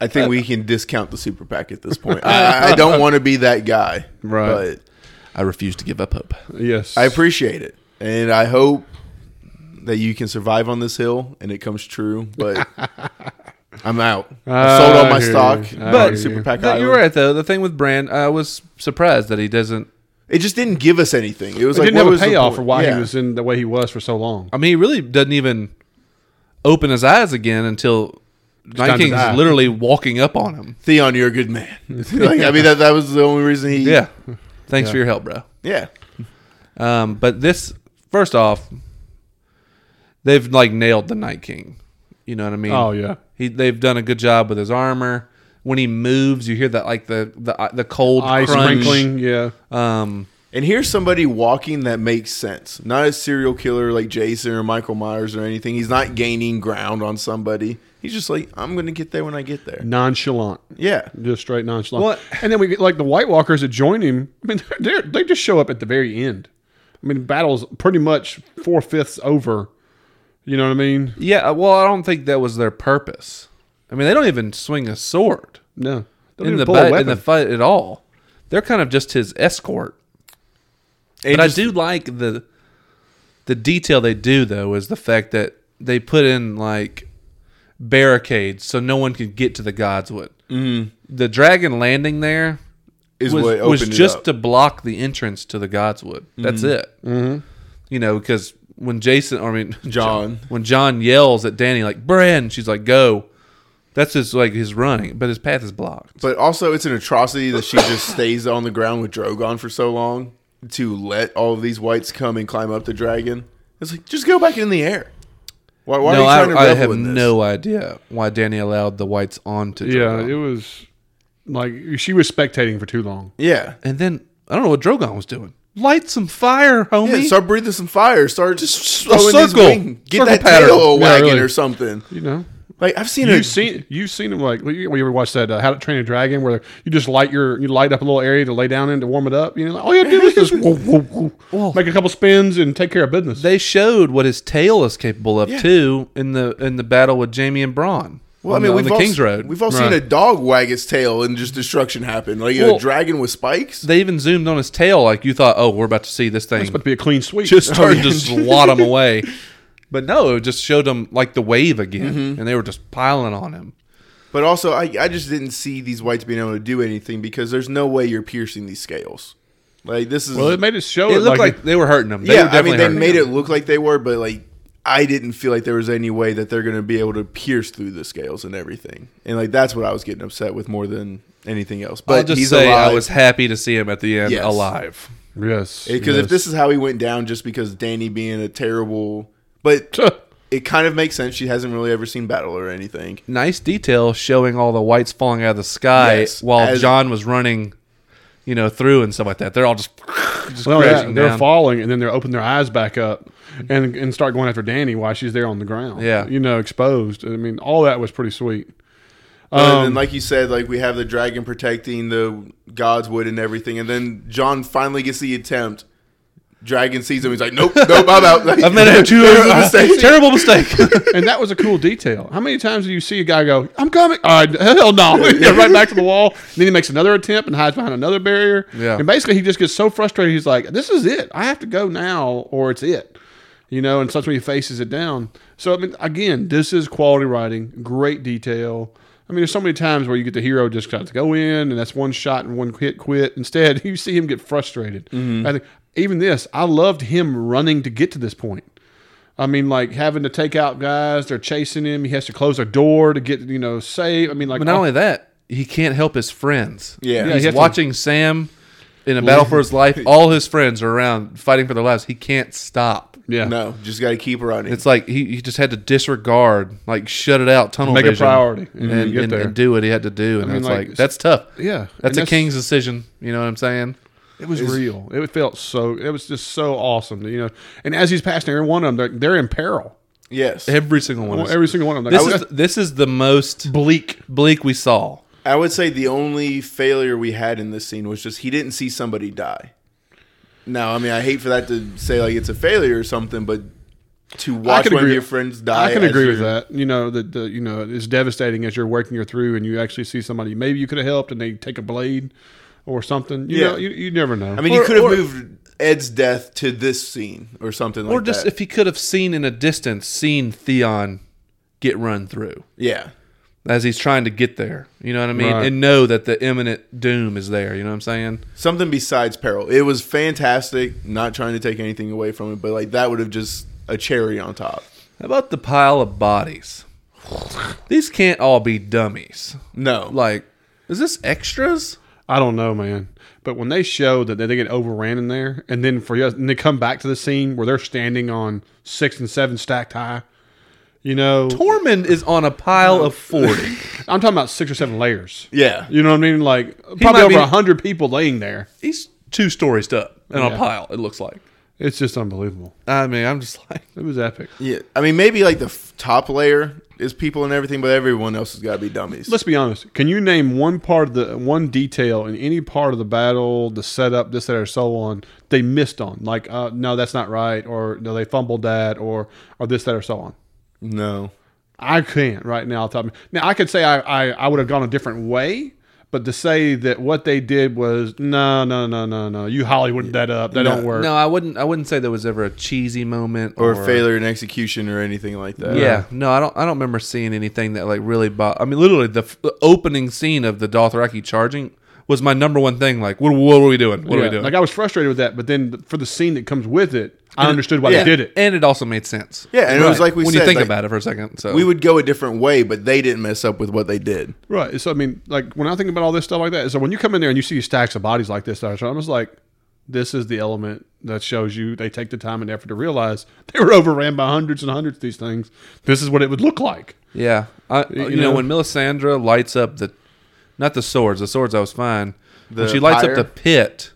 Speaker 3: I think
Speaker 1: Uh,
Speaker 3: we can discount the super pack at this
Speaker 1: [LAUGHS]
Speaker 3: point. I, I- I don't want to be that guy,
Speaker 1: Right.
Speaker 3: But
Speaker 2: I refuse to give up hope.
Speaker 1: Yes,
Speaker 3: I appreciate it, and I hope that you can survive on this hill, and it comes true.
Speaker 1: [LAUGHS]
Speaker 3: But I'm out. I sold all
Speaker 1: I
Speaker 3: my
Speaker 1: hear
Speaker 3: stock,
Speaker 1: you. I
Speaker 3: but
Speaker 1: hear
Speaker 3: super
Speaker 1: you.
Speaker 3: pack.
Speaker 2: No,
Speaker 3: Island.
Speaker 2: you're right though. The thing with Bran, I was surprised that he doesn't.
Speaker 3: It just didn't give us anything. It
Speaker 1: It
Speaker 3: was like what
Speaker 1: didn't have a
Speaker 3: was the
Speaker 1: payoff
Speaker 3: point?
Speaker 1: for why
Speaker 3: Yeah.
Speaker 1: he was in the way he was for so long.
Speaker 2: I mean, he really doesn't even open his eyes again until Night
Speaker 1: time to
Speaker 2: King's
Speaker 1: die.
Speaker 2: literally walking up on him.
Speaker 3: Theon. You're a good
Speaker 1: [LAUGHS]
Speaker 3: man. [LAUGHS] like, I mean, that that was the only reason he.
Speaker 2: Yeah. Thanks for your help, bro.
Speaker 3: yeah.
Speaker 2: Um, but this, first off, they've like nailed the Night King. You know what I mean?
Speaker 1: Oh yeah,
Speaker 2: He, they've done a good job with his armor. When he moves, you hear that like the uh, the the cold
Speaker 1: ice
Speaker 2: crunch.
Speaker 1: wrinkling. Yeah,
Speaker 2: Um,
Speaker 3: And here's somebody walking that makes sense. Not a serial killer like Jason or Michael Myers or anything. He's not gaining ground on somebody. He's just like, I'm going to get there when I get there.
Speaker 1: nonchalant,
Speaker 3: Yeah.
Speaker 1: just straight nonchalant.
Speaker 2: Well-
Speaker 1: And then we get like the White Walkers that join him. I mean, they're, they just show up at the very end. I mean, battle's pretty much four fifths over. You know what I mean?
Speaker 2: yeah. Well, I don't think that was their purpose. I mean, they don't even swing a sword
Speaker 1: No, Don't
Speaker 2: in
Speaker 1: even
Speaker 2: the
Speaker 1: pull a
Speaker 2: ba- in
Speaker 1: weapon.
Speaker 2: the fight at all. They're kind of just his escort.
Speaker 3: And
Speaker 2: but
Speaker 3: just-
Speaker 2: I do like the the detail they do though is the fact that they put in like barricades so no one could get to the godswood. Mm. The dragon landing there
Speaker 3: Is
Speaker 2: was,
Speaker 3: what
Speaker 2: was
Speaker 3: opened it
Speaker 2: just
Speaker 3: up.
Speaker 2: to block the entrance to the godswood. That's it. Mm-hmm. You know, because when Jason, or I mean
Speaker 3: John.
Speaker 2: [LAUGHS] when John yells at Danny like "Bran," she's like "Go." That's his like his running, but his path is blocked.
Speaker 3: But also, it's an atrocity that she just stays on the ground with Drogon for so long to let all of these whites come and climb up the dragon. It's like just go back in the air. Why, why
Speaker 2: no,
Speaker 3: are you trying
Speaker 2: I, I
Speaker 3: to revel
Speaker 2: have
Speaker 3: in this?
Speaker 2: no idea why Danny allowed the whites on to.
Speaker 1: Yeah,
Speaker 2: Drogon.
Speaker 1: it was like she was spectating for too long.
Speaker 3: Yeah.
Speaker 2: and then I don't know what Drogon was doing. Light some fire,
Speaker 3: Yeah,
Speaker 2: homie.
Speaker 3: start breathing some fire. Start
Speaker 2: Just
Speaker 3: just
Speaker 2: a
Speaker 3: throwing this
Speaker 2: circle.
Speaker 3: wing. Get
Speaker 2: Circle
Speaker 3: that
Speaker 2: pattern.
Speaker 3: tail a
Speaker 1: Yeah,
Speaker 3: wagon
Speaker 1: really.
Speaker 3: or something.
Speaker 1: You know,
Speaker 3: Like I've seen a
Speaker 1: you've seen you've seen them like you, you ever watched that uh, How to Train a Dragon where you just light your you light up a little area to lay down in to warm it up. You know, like, all you have to do is
Speaker 2: [LAUGHS]
Speaker 1: just woo, woo,
Speaker 2: Well-
Speaker 1: woo, make a couple spins and take care of business.
Speaker 2: they showed what his tail is capable of
Speaker 3: Yeah.
Speaker 2: too in the in the battle with Jamie and Braun.
Speaker 3: Well,
Speaker 2: on
Speaker 3: I mean,
Speaker 2: the, on
Speaker 3: we've
Speaker 2: the
Speaker 3: all,
Speaker 2: King's Road.
Speaker 3: We've all
Speaker 1: Right.
Speaker 3: seen a dog wag its tail and just destruction happen, like
Speaker 2: Well-
Speaker 3: a dragon with spikes.
Speaker 2: they even zoomed on his tail, like you thought, oh, we're about to see this thing
Speaker 1: it's about to be a clean sweep.
Speaker 2: [LAUGHS]
Speaker 3: [LAUGHS]
Speaker 2: just
Speaker 3: Oh,
Speaker 2: started to swat him away. But no, it just showed him like the wave again,
Speaker 3: Mm-hmm.
Speaker 2: and they were just piling on him.
Speaker 3: But also, I, I just didn't see these whites being able to do anything because there's no way you're piercing these scales. Like this is
Speaker 1: well, it made it show.
Speaker 2: It
Speaker 1: It
Speaker 2: looked like, they were hurting him. They
Speaker 3: yeah.
Speaker 2: were
Speaker 3: I
Speaker 2: definitely
Speaker 3: mean, they
Speaker 2: hurting
Speaker 3: made
Speaker 2: him.
Speaker 3: it look like they were, but like I didn't feel like there was any way that they're going to be able to pierce through the scales and everything. And like that's what I was getting upset with more than anything else. But
Speaker 2: I'll just
Speaker 3: he's
Speaker 2: say
Speaker 3: alive.
Speaker 2: I was happy to see him at the end
Speaker 3: Yes.
Speaker 2: alive.
Speaker 1: yes,
Speaker 3: because
Speaker 1: yes. [LAUGHS]
Speaker 3: if this is how he went down, just because Danny being a terrible, but it kind of makes sense. She hasn't really ever seen battle or anything.
Speaker 2: Nice detail showing all the whites falling out of the sky
Speaker 3: Yes,
Speaker 2: while
Speaker 3: as-
Speaker 2: John was running, you know, through and stuff like that. They're all just, [LAUGHS] just
Speaker 1: Well, yeah,
Speaker 2: crashing
Speaker 1: they're
Speaker 2: down.
Speaker 1: falling, and then they're open their eyes back up, and and start going after Danny while she's there on the ground.
Speaker 2: Yeah.
Speaker 1: you know, exposed. I mean, all that was pretty sweet.
Speaker 3: and
Speaker 1: Um,
Speaker 3: then, like you said, like we have the dragon protecting the god's wood and everything, and then John finally gets the attempt. Dragon sees him. He's
Speaker 1: [LAUGHS]
Speaker 3: like, "Nope, nope, I'm out." Like, [LAUGHS]
Speaker 2: I've made a two
Speaker 3: terrible [LAUGHS] mistake.
Speaker 2: terrible mistake.
Speaker 1: and that was a cool detail. How many times do you see a guy go, "I'm coming"? Uh, [LAUGHS] hell no! Yeah, right back to the wall. And then he makes another attempt and hides behind another barrier.
Speaker 2: Yeah.
Speaker 1: And basically, he just gets so frustrated. He's like, "This is it. I have to go now, or it's it." You know, and sometimes he faces it down. So I mean, again, this is quality writing, great detail. I mean, there's so many times where you get the hero just kind of go in, and that's one shot and one hit quit. Instead, [LAUGHS] you see him get frustrated.
Speaker 2: Mm-hmm.
Speaker 1: I think even this, I loved him running to get to this point. I mean, like having to take out guys, they're chasing him. He has to close a door to get, you know, safe. I mean, like,
Speaker 2: But not only that, he can't help his friends.
Speaker 3: Yeah. Yeah,
Speaker 1: he
Speaker 2: he's
Speaker 1: has to-
Speaker 2: watching Sam in
Speaker 3: [LAUGHS]
Speaker 2: a battle for his life. All his friends are around fighting for their lives. He can't stop.
Speaker 1: yeah,
Speaker 3: No, just got to keep running.
Speaker 2: It's like he, he just had to disregard, like shut it out, tunnel
Speaker 1: Make a
Speaker 2: vision,
Speaker 1: priority, and
Speaker 2: and,
Speaker 1: Mm, you get
Speaker 2: and,
Speaker 1: there.
Speaker 2: and do what he had to do. And
Speaker 1: mean,
Speaker 2: it's
Speaker 1: like,
Speaker 2: like, that's tough.
Speaker 1: yeah.
Speaker 2: That's
Speaker 1: And
Speaker 2: a king's decision. You know what I'm saying?
Speaker 1: It was real. It felt so. It was just so awesome, you know. And as he's passing every one of them, they're, they're in peril.
Speaker 3: yes,
Speaker 2: Every single one. is-
Speaker 1: Every single one of them.
Speaker 2: this
Speaker 1: Like,
Speaker 2: is this is the most
Speaker 1: bleak.
Speaker 2: bleak we saw.
Speaker 3: I would say the only failure we had in this scene was just he didn't see somebody die. Now, I mean, I hate for that to say like it's a failure or something, but to watch
Speaker 1: can
Speaker 3: one
Speaker 1: agree-
Speaker 3: of your friends die,
Speaker 1: I can
Speaker 3: as
Speaker 1: agree with
Speaker 3: you're-
Speaker 1: that. You know that the, you know it's devastating as you're working your through, and you actually see somebody maybe you could have helped, and they take a blade or something. You
Speaker 3: Yeah.
Speaker 1: know, you, you never know.
Speaker 3: I mean,
Speaker 2: Or-
Speaker 3: you could have
Speaker 2: or-
Speaker 3: moved Ed's death to this scene or something like
Speaker 2: Or just
Speaker 3: that.
Speaker 2: if he could have seen in a distance, seen Theon get run through.
Speaker 3: yeah.
Speaker 2: as he's trying to get there. You know what I mean?
Speaker 1: Right.
Speaker 2: And know that the imminent doom is there. You know what I'm saying?
Speaker 3: something besides peril. It was fantastic. Not trying to take anything away from it, but like that would have just a cherry on top.
Speaker 2: How about the pile of bodies? [SIGHS] These can't all be dummies.
Speaker 3: No,
Speaker 2: Like, is this extras?
Speaker 1: I don't know, man. But when they show that they get overran in there, and then for us, and they come back to the scene where they're standing on six and seven stacked high, you know,
Speaker 2: Tormund is on a pile of 40.
Speaker 1: [LAUGHS] I'm talking about six or seven layers.
Speaker 3: yeah,
Speaker 1: You know what I mean? Like
Speaker 2: might
Speaker 1: probably over
Speaker 2: be-
Speaker 1: a hundred people laying there.
Speaker 2: he's two stories up and on a
Speaker 1: Yeah.
Speaker 2: pile, it looks like.
Speaker 1: It's just unbelievable.
Speaker 2: I mean, I'm just like,
Speaker 1: It was epic.
Speaker 3: yeah. I mean, maybe like the f- top layer is people and everything, but everyone else has got to be dummies.
Speaker 1: Let's be honest. Can you name one part of the one detail in any part of the battle, the setup, this, that, or so on? They missed on like, uh, no, that's not right, or no, they fumbled that, or or this, that, or so on.
Speaker 3: no,
Speaker 1: I can't right now. off the top of my- Now I could say I, I, I would have gone a different way, but to say that what they did was no no no no no you Hollywood that up that
Speaker 3: No,
Speaker 1: don't work.
Speaker 2: no, I wouldn't. I wouldn't say there was ever a cheesy moment
Speaker 3: or, a failure in execution or anything like that.
Speaker 2: Yeah, no, I don't. I don't remember seeing anything that like really. Bo- I mean, literally the, f- the opening scene of the Dothraki charging was my number one thing. Like, what, what are we doing? What are we
Speaker 1: Yeah,
Speaker 2: doing?
Speaker 1: Like I was frustrated with that, but then th- for the scene that comes with it, I understood why
Speaker 3: yeah.
Speaker 1: they did it.
Speaker 2: and it also made sense.
Speaker 3: Yeah, and it was like we
Speaker 2: when you
Speaker 3: said,
Speaker 2: think
Speaker 3: like,
Speaker 2: about it for a second. So
Speaker 3: We would go a different way, but they didn't mess up with what they did.
Speaker 1: Right. So I mean, like when I think about all this stuff like that, so when you come in there and you see stacks of bodies like this, I was almost like, this is the element that shows you they take the time and effort to realize [LAUGHS] they were overran by hundreds and hundreds of these things. This is what it would look like.
Speaker 2: Yeah, I, you, know,
Speaker 1: know?
Speaker 2: when Melisandre lights up the, not the swords, the swords I was fine.
Speaker 3: The
Speaker 2: when she lights
Speaker 3: pyre? Mm-hmm.
Speaker 2: up the pit,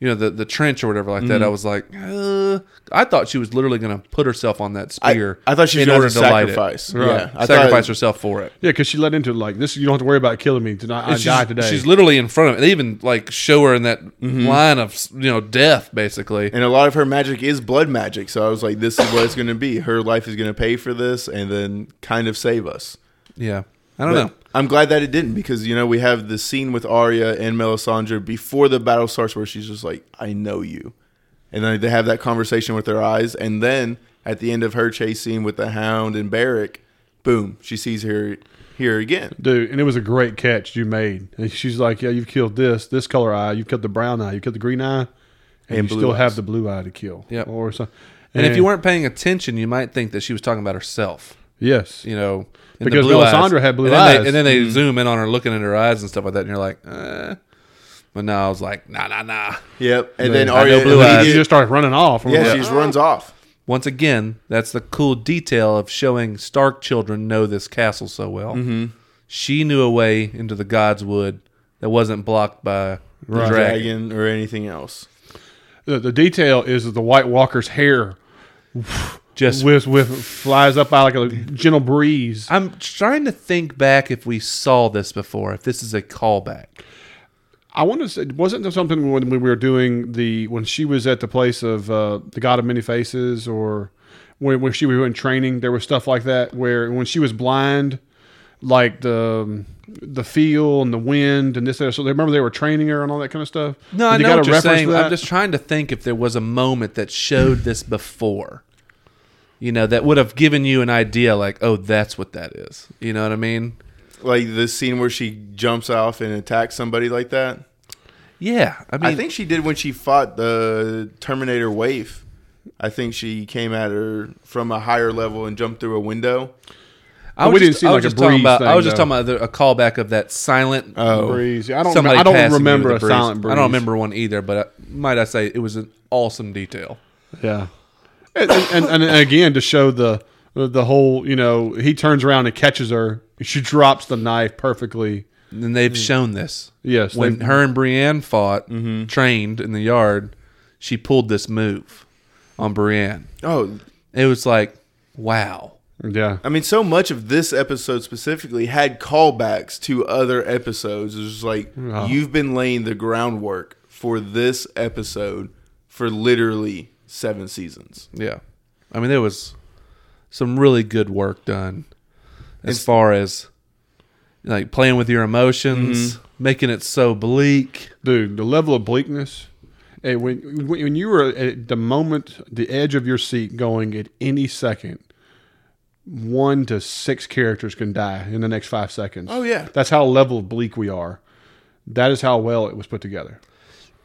Speaker 2: you know the the trench or whatever like that, I was like, uh, I thought she was literally going to put herself on that spear.
Speaker 3: I thought she was
Speaker 2: in
Speaker 3: gonna
Speaker 2: order to light it.
Speaker 3: sacrifice.
Speaker 2: Right.
Speaker 3: Yeah, I
Speaker 2: sacrifice
Speaker 3: thought-
Speaker 2: herself for it.
Speaker 1: Yeah, because she let into like this. You don't have to worry about killing me tonight. I
Speaker 2: she's,
Speaker 1: die today.
Speaker 2: she's literally in front of it. They even like show her in that
Speaker 3: Mm-hmm.
Speaker 2: line of you know death basically.
Speaker 3: And a lot of her magic is blood magic, so I was like, this is what it's going to be. Her life is going to pay for this, and then kind of save us.
Speaker 2: yeah, I don't
Speaker 3: But
Speaker 2: know.
Speaker 3: I'm glad that it didn't because you know we have the scene with Arya and Melisandre before the battle starts where she's just like, "I know you," and then they have that conversation with their eyes, and then at the end of her chase scene with the Hound and Barrack, boom, she sees her here again.
Speaker 1: Dude, and it was a great catch you made. And she's like, "Yeah, you've killed this, this color eye. You've killed the brown eye. You killed the green eye, and,
Speaker 3: And
Speaker 1: you
Speaker 3: blue
Speaker 1: still
Speaker 3: eyes.
Speaker 1: have the blue eye to kill."
Speaker 2: Yep.
Speaker 1: Or something.
Speaker 2: And if you weren't paying attention, you might think that she was talking about herself.
Speaker 1: yes,
Speaker 2: you know, in
Speaker 1: Because
Speaker 2: the blue
Speaker 1: Melisandre
Speaker 2: eyes.
Speaker 1: had blue
Speaker 2: and then they-
Speaker 1: eyes. Mm-hmm.
Speaker 2: and then they zoom in on her looking in her eyes and stuff like that, and you're like, eh. but no, I was like, nah, nah, nah.
Speaker 3: Yep, and then
Speaker 2: I
Speaker 3: Arya
Speaker 2: know blue
Speaker 1: you
Speaker 2: eyes.
Speaker 3: immediately-
Speaker 1: just started running off.
Speaker 3: yeah, she just runs off.
Speaker 2: Once again, that's the cool detail of showing Stark children know this castle so well. Mm-hmm. She knew a way into the Godswood that wasn't blocked by the
Speaker 3: Dragon.
Speaker 2: dragon.
Speaker 3: or anything else.
Speaker 1: the, the detail is that the White Walker's hair
Speaker 2: Just
Speaker 1: with with flies up by like a gentle breeze.
Speaker 2: I'm trying to think back if we saw this before, if this is a callback.
Speaker 1: I want to say, wasn't there something when we were doing the when she was at the place of uh, the God of Many Faces, or when, when she was in training, there was stuff like that where when she was blind, like the um, the feel and the wind and this. That, so they remember they were training her and all that kind of stuff.
Speaker 2: No,
Speaker 1: Did
Speaker 2: I
Speaker 1: they
Speaker 2: know
Speaker 1: got a
Speaker 2: what you're
Speaker 1: reference
Speaker 2: saying.
Speaker 1: to that?
Speaker 2: I'm just trying to think if there was a moment that showed this before. You know, that would have given you an idea like, oh, that's what that is. You know what I mean?
Speaker 3: Like the scene where she jumps off and attacks somebody like that.
Speaker 2: Yeah. I mean,
Speaker 3: I think she did when she fought the Terminator Wave. I think she came at her from a higher level and jumped through a window.
Speaker 2: I was
Speaker 1: we didn't
Speaker 2: just-
Speaker 1: see
Speaker 2: I
Speaker 1: like
Speaker 2: was
Speaker 1: a
Speaker 2: just talking
Speaker 1: breeze
Speaker 2: about, I
Speaker 1: thing,
Speaker 2: was just
Speaker 1: though. Oh,
Speaker 2: talking about the- a callback of that silent.
Speaker 1: breeze. Yeah, I don't.
Speaker 2: somebody
Speaker 1: I don't
Speaker 2: passing you
Speaker 1: remember
Speaker 2: with
Speaker 1: a
Speaker 2: breeze.
Speaker 1: silent breeze.
Speaker 2: I don't remember one either, but I, might I say it was an awesome detail.
Speaker 1: Yeah, and, and, and, and again to show the the whole, you know, he turns around and catches her. She drops the knife perfectly.
Speaker 2: And they've shown this.
Speaker 1: Mm. Yes, Mm-hmm.
Speaker 2: when
Speaker 1: they-
Speaker 2: her and Brienne fought, trained in the yard, she pulled this move on Brienne.
Speaker 3: Oh,
Speaker 2: It was like, wow.
Speaker 1: Yeah,
Speaker 3: I mean, so much of this episode specifically had callbacks to other episodes. It was just like you've been laying the groundwork for this episode for literally seven seasons.
Speaker 2: Yeah. I mean, there was some really good work done as far as like playing with your emotions,
Speaker 3: Mm-hmm.
Speaker 2: making it so bleak.
Speaker 1: dude, the level of bleakness. Hey, when when when you were at the moment, the edge of your seat, going at any second, one to six characters can die in the next five seconds.
Speaker 3: Oh, yeah.
Speaker 1: that's how level of bleak we are. That is how well it was put together.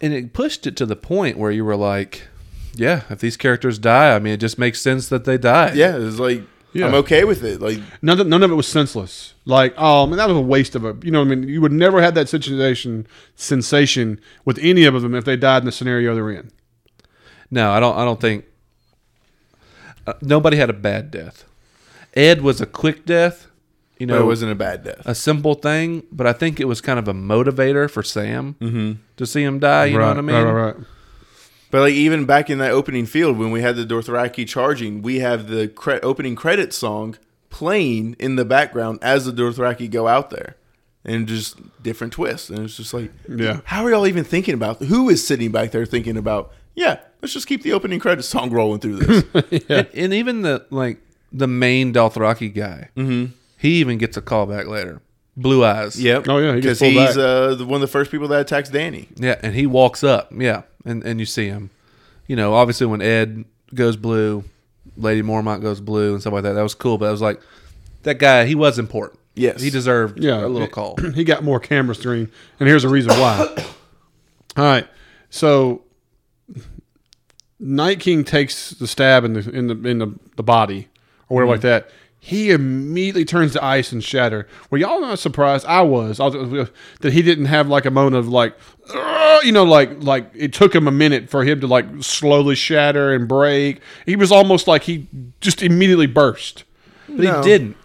Speaker 2: And it pushed it to the point where you were like, yeah, if these characters die, I mean, it just makes sense that they die.
Speaker 3: Yeah, it was like
Speaker 1: Yeah.
Speaker 3: I'm okay with it. Like
Speaker 1: None of, none of it was senseless. Like, oh man, that was a waste of a. You know, what I mean, you would never have that situation sensation with any of them if they died in the scenario they're in.
Speaker 2: No, I don't. I don't think uh, nobody had a bad death. Ed was a quick death. You
Speaker 3: no,
Speaker 2: know,
Speaker 3: it wasn't a bad death.
Speaker 2: a simple thing, but I think it was kind of a motivator for Sam to see him die. You know what I mean?
Speaker 1: Right, right, right.
Speaker 3: But like even back in that opening field when we had the Dothraki charging, we have the cre- opening credit song playing in the background as the Dothraki go out there, and just different twists. And it's just like,
Speaker 1: Yeah.
Speaker 3: how are y'all even thinking about? Who is sitting back there thinking about? Yeah, let's just keep the opening credit song rolling
Speaker 1: [LAUGHS]
Speaker 2: [LAUGHS]
Speaker 3: through this.
Speaker 2: And, and even the like the main Dothraki guy, mm-hmm. he even gets a callback later. Blue eyes.
Speaker 3: yep.
Speaker 1: Oh, yeah, he
Speaker 3: because
Speaker 1: gets pulled
Speaker 3: he's
Speaker 1: back.
Speaker 3: uh, the- one of the first people that attacks Danny.
Speaker 2: Yeah, and he walks up. Yeah, and and you see him. You know, obviously when Ed goes blue, Lady Mormont goes blue, and stuff like that. That was cool, but I was like, that guy, he was important.
Speaker 3: Yes.
Speaker 2: He deserved
Speaker 1: Yeah,
Speaker 2: a little
Speaker 1: it- [CLEARS THROAT]
Speaker 2: call.
Speaker 1: he got more camera screen, and here's the reason why. All right, so Night King takes the stab in the in the in the, the body or whatever like that. He immediately turns to ice and shatter. Were y'all not surprised? I was. I was that he didn't have like a moment of like, "Ugh," you know, like like it took him a minute for him to like slowly shatter and break. He was almost like he just immediately burst.
Speaker 2: But
Speaker 3: No.
Speaker 2: he didn't.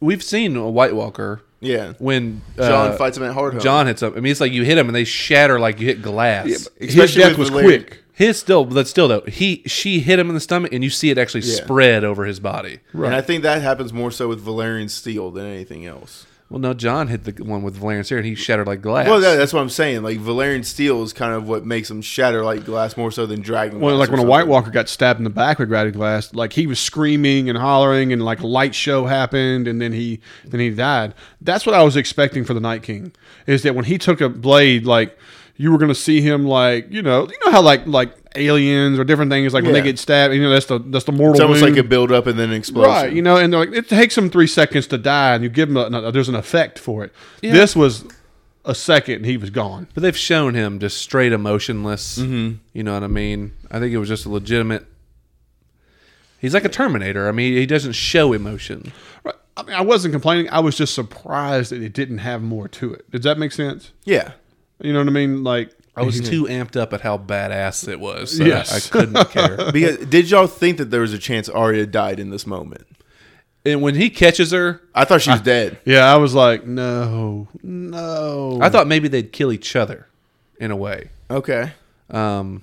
Speaker 2: We've seen a White Walker
Speaker 3: Yeah.
Speaker 2: when uh,
Speaker 3: John fights him at Hard Home.
Speaker 2: John hits up. I mean, it's like you hit him and they shatter like you hit glass.
Speaker 1: His death was quick.
Speaker 2: His still, but still though, he she hit him in the stomach, and you see it actually spread over his body.
Speaker 3: Right. And I think that happens more so with Valerian steel than anything else.
Speaker 2: Well, no, John hit the one with Valerian here, and he shattered like glass.
Speaker 3: Well, that, that's what I'm saying. Like Valerian steel is kind of what makes them shatter like glass more so than dragon.
Speaker 1: Well, like
Speaker 3: glass or
Speaker 1: when a
Speaker 3: something.
Speaker 1: White Walker got stabbed in the back with gravity glass, like he was screaming and hollering, and like a light show happened, and then he then he died. That's what I was expecting for the Night King, is that when he took a blade, like you were going to see him, like you know, you know how like like aliens or different things, like when they
Speaker 3: Yeah.
Speaker 1: get stabbed, you know, that's the that's the mortal.
Speaker 3: It's almost
Speaker 1: wound.
Speaker 3: like a build up and then an explosion.
Speaker 1: Right, you know, and they're like, it takes them three seconds to die, and you give them a, there's an effect for it. This was a second, and he was gone.
Speaker 2: But they've shown him just straight emotionless. Mm-hmm. You know what I mean? I think it was just a legitimate. He's like a Terminator. I mean, he doesn't show emotion.
Speaker 1: Right. I mean, I wasn't complaining. I was just surprised that it didn't have more to it. Does that make sense?
Speaker 3: Yeah.
Speaker 1: You know what I mean? Like
Speaker 2: I was too amped up at how badass it was. So
Speaker 1: Yes.
Speaker 2: I couldn't
Speaker 3: [LAUGHS]
Speaker 2: care.
Speaker 3: Because did y'all think that there was a chance Arya died in this moment?
Speaker 2: And when he catches her,
Speaker 3: I thought she was dead.
Speaker 1: Yeah, I was like, no, no.
Speaker 3: Mm.
Speaker 2: I thought maybe they'd kill each other, in a way.
Speaker 3: Okay.
Speaker 2: Um,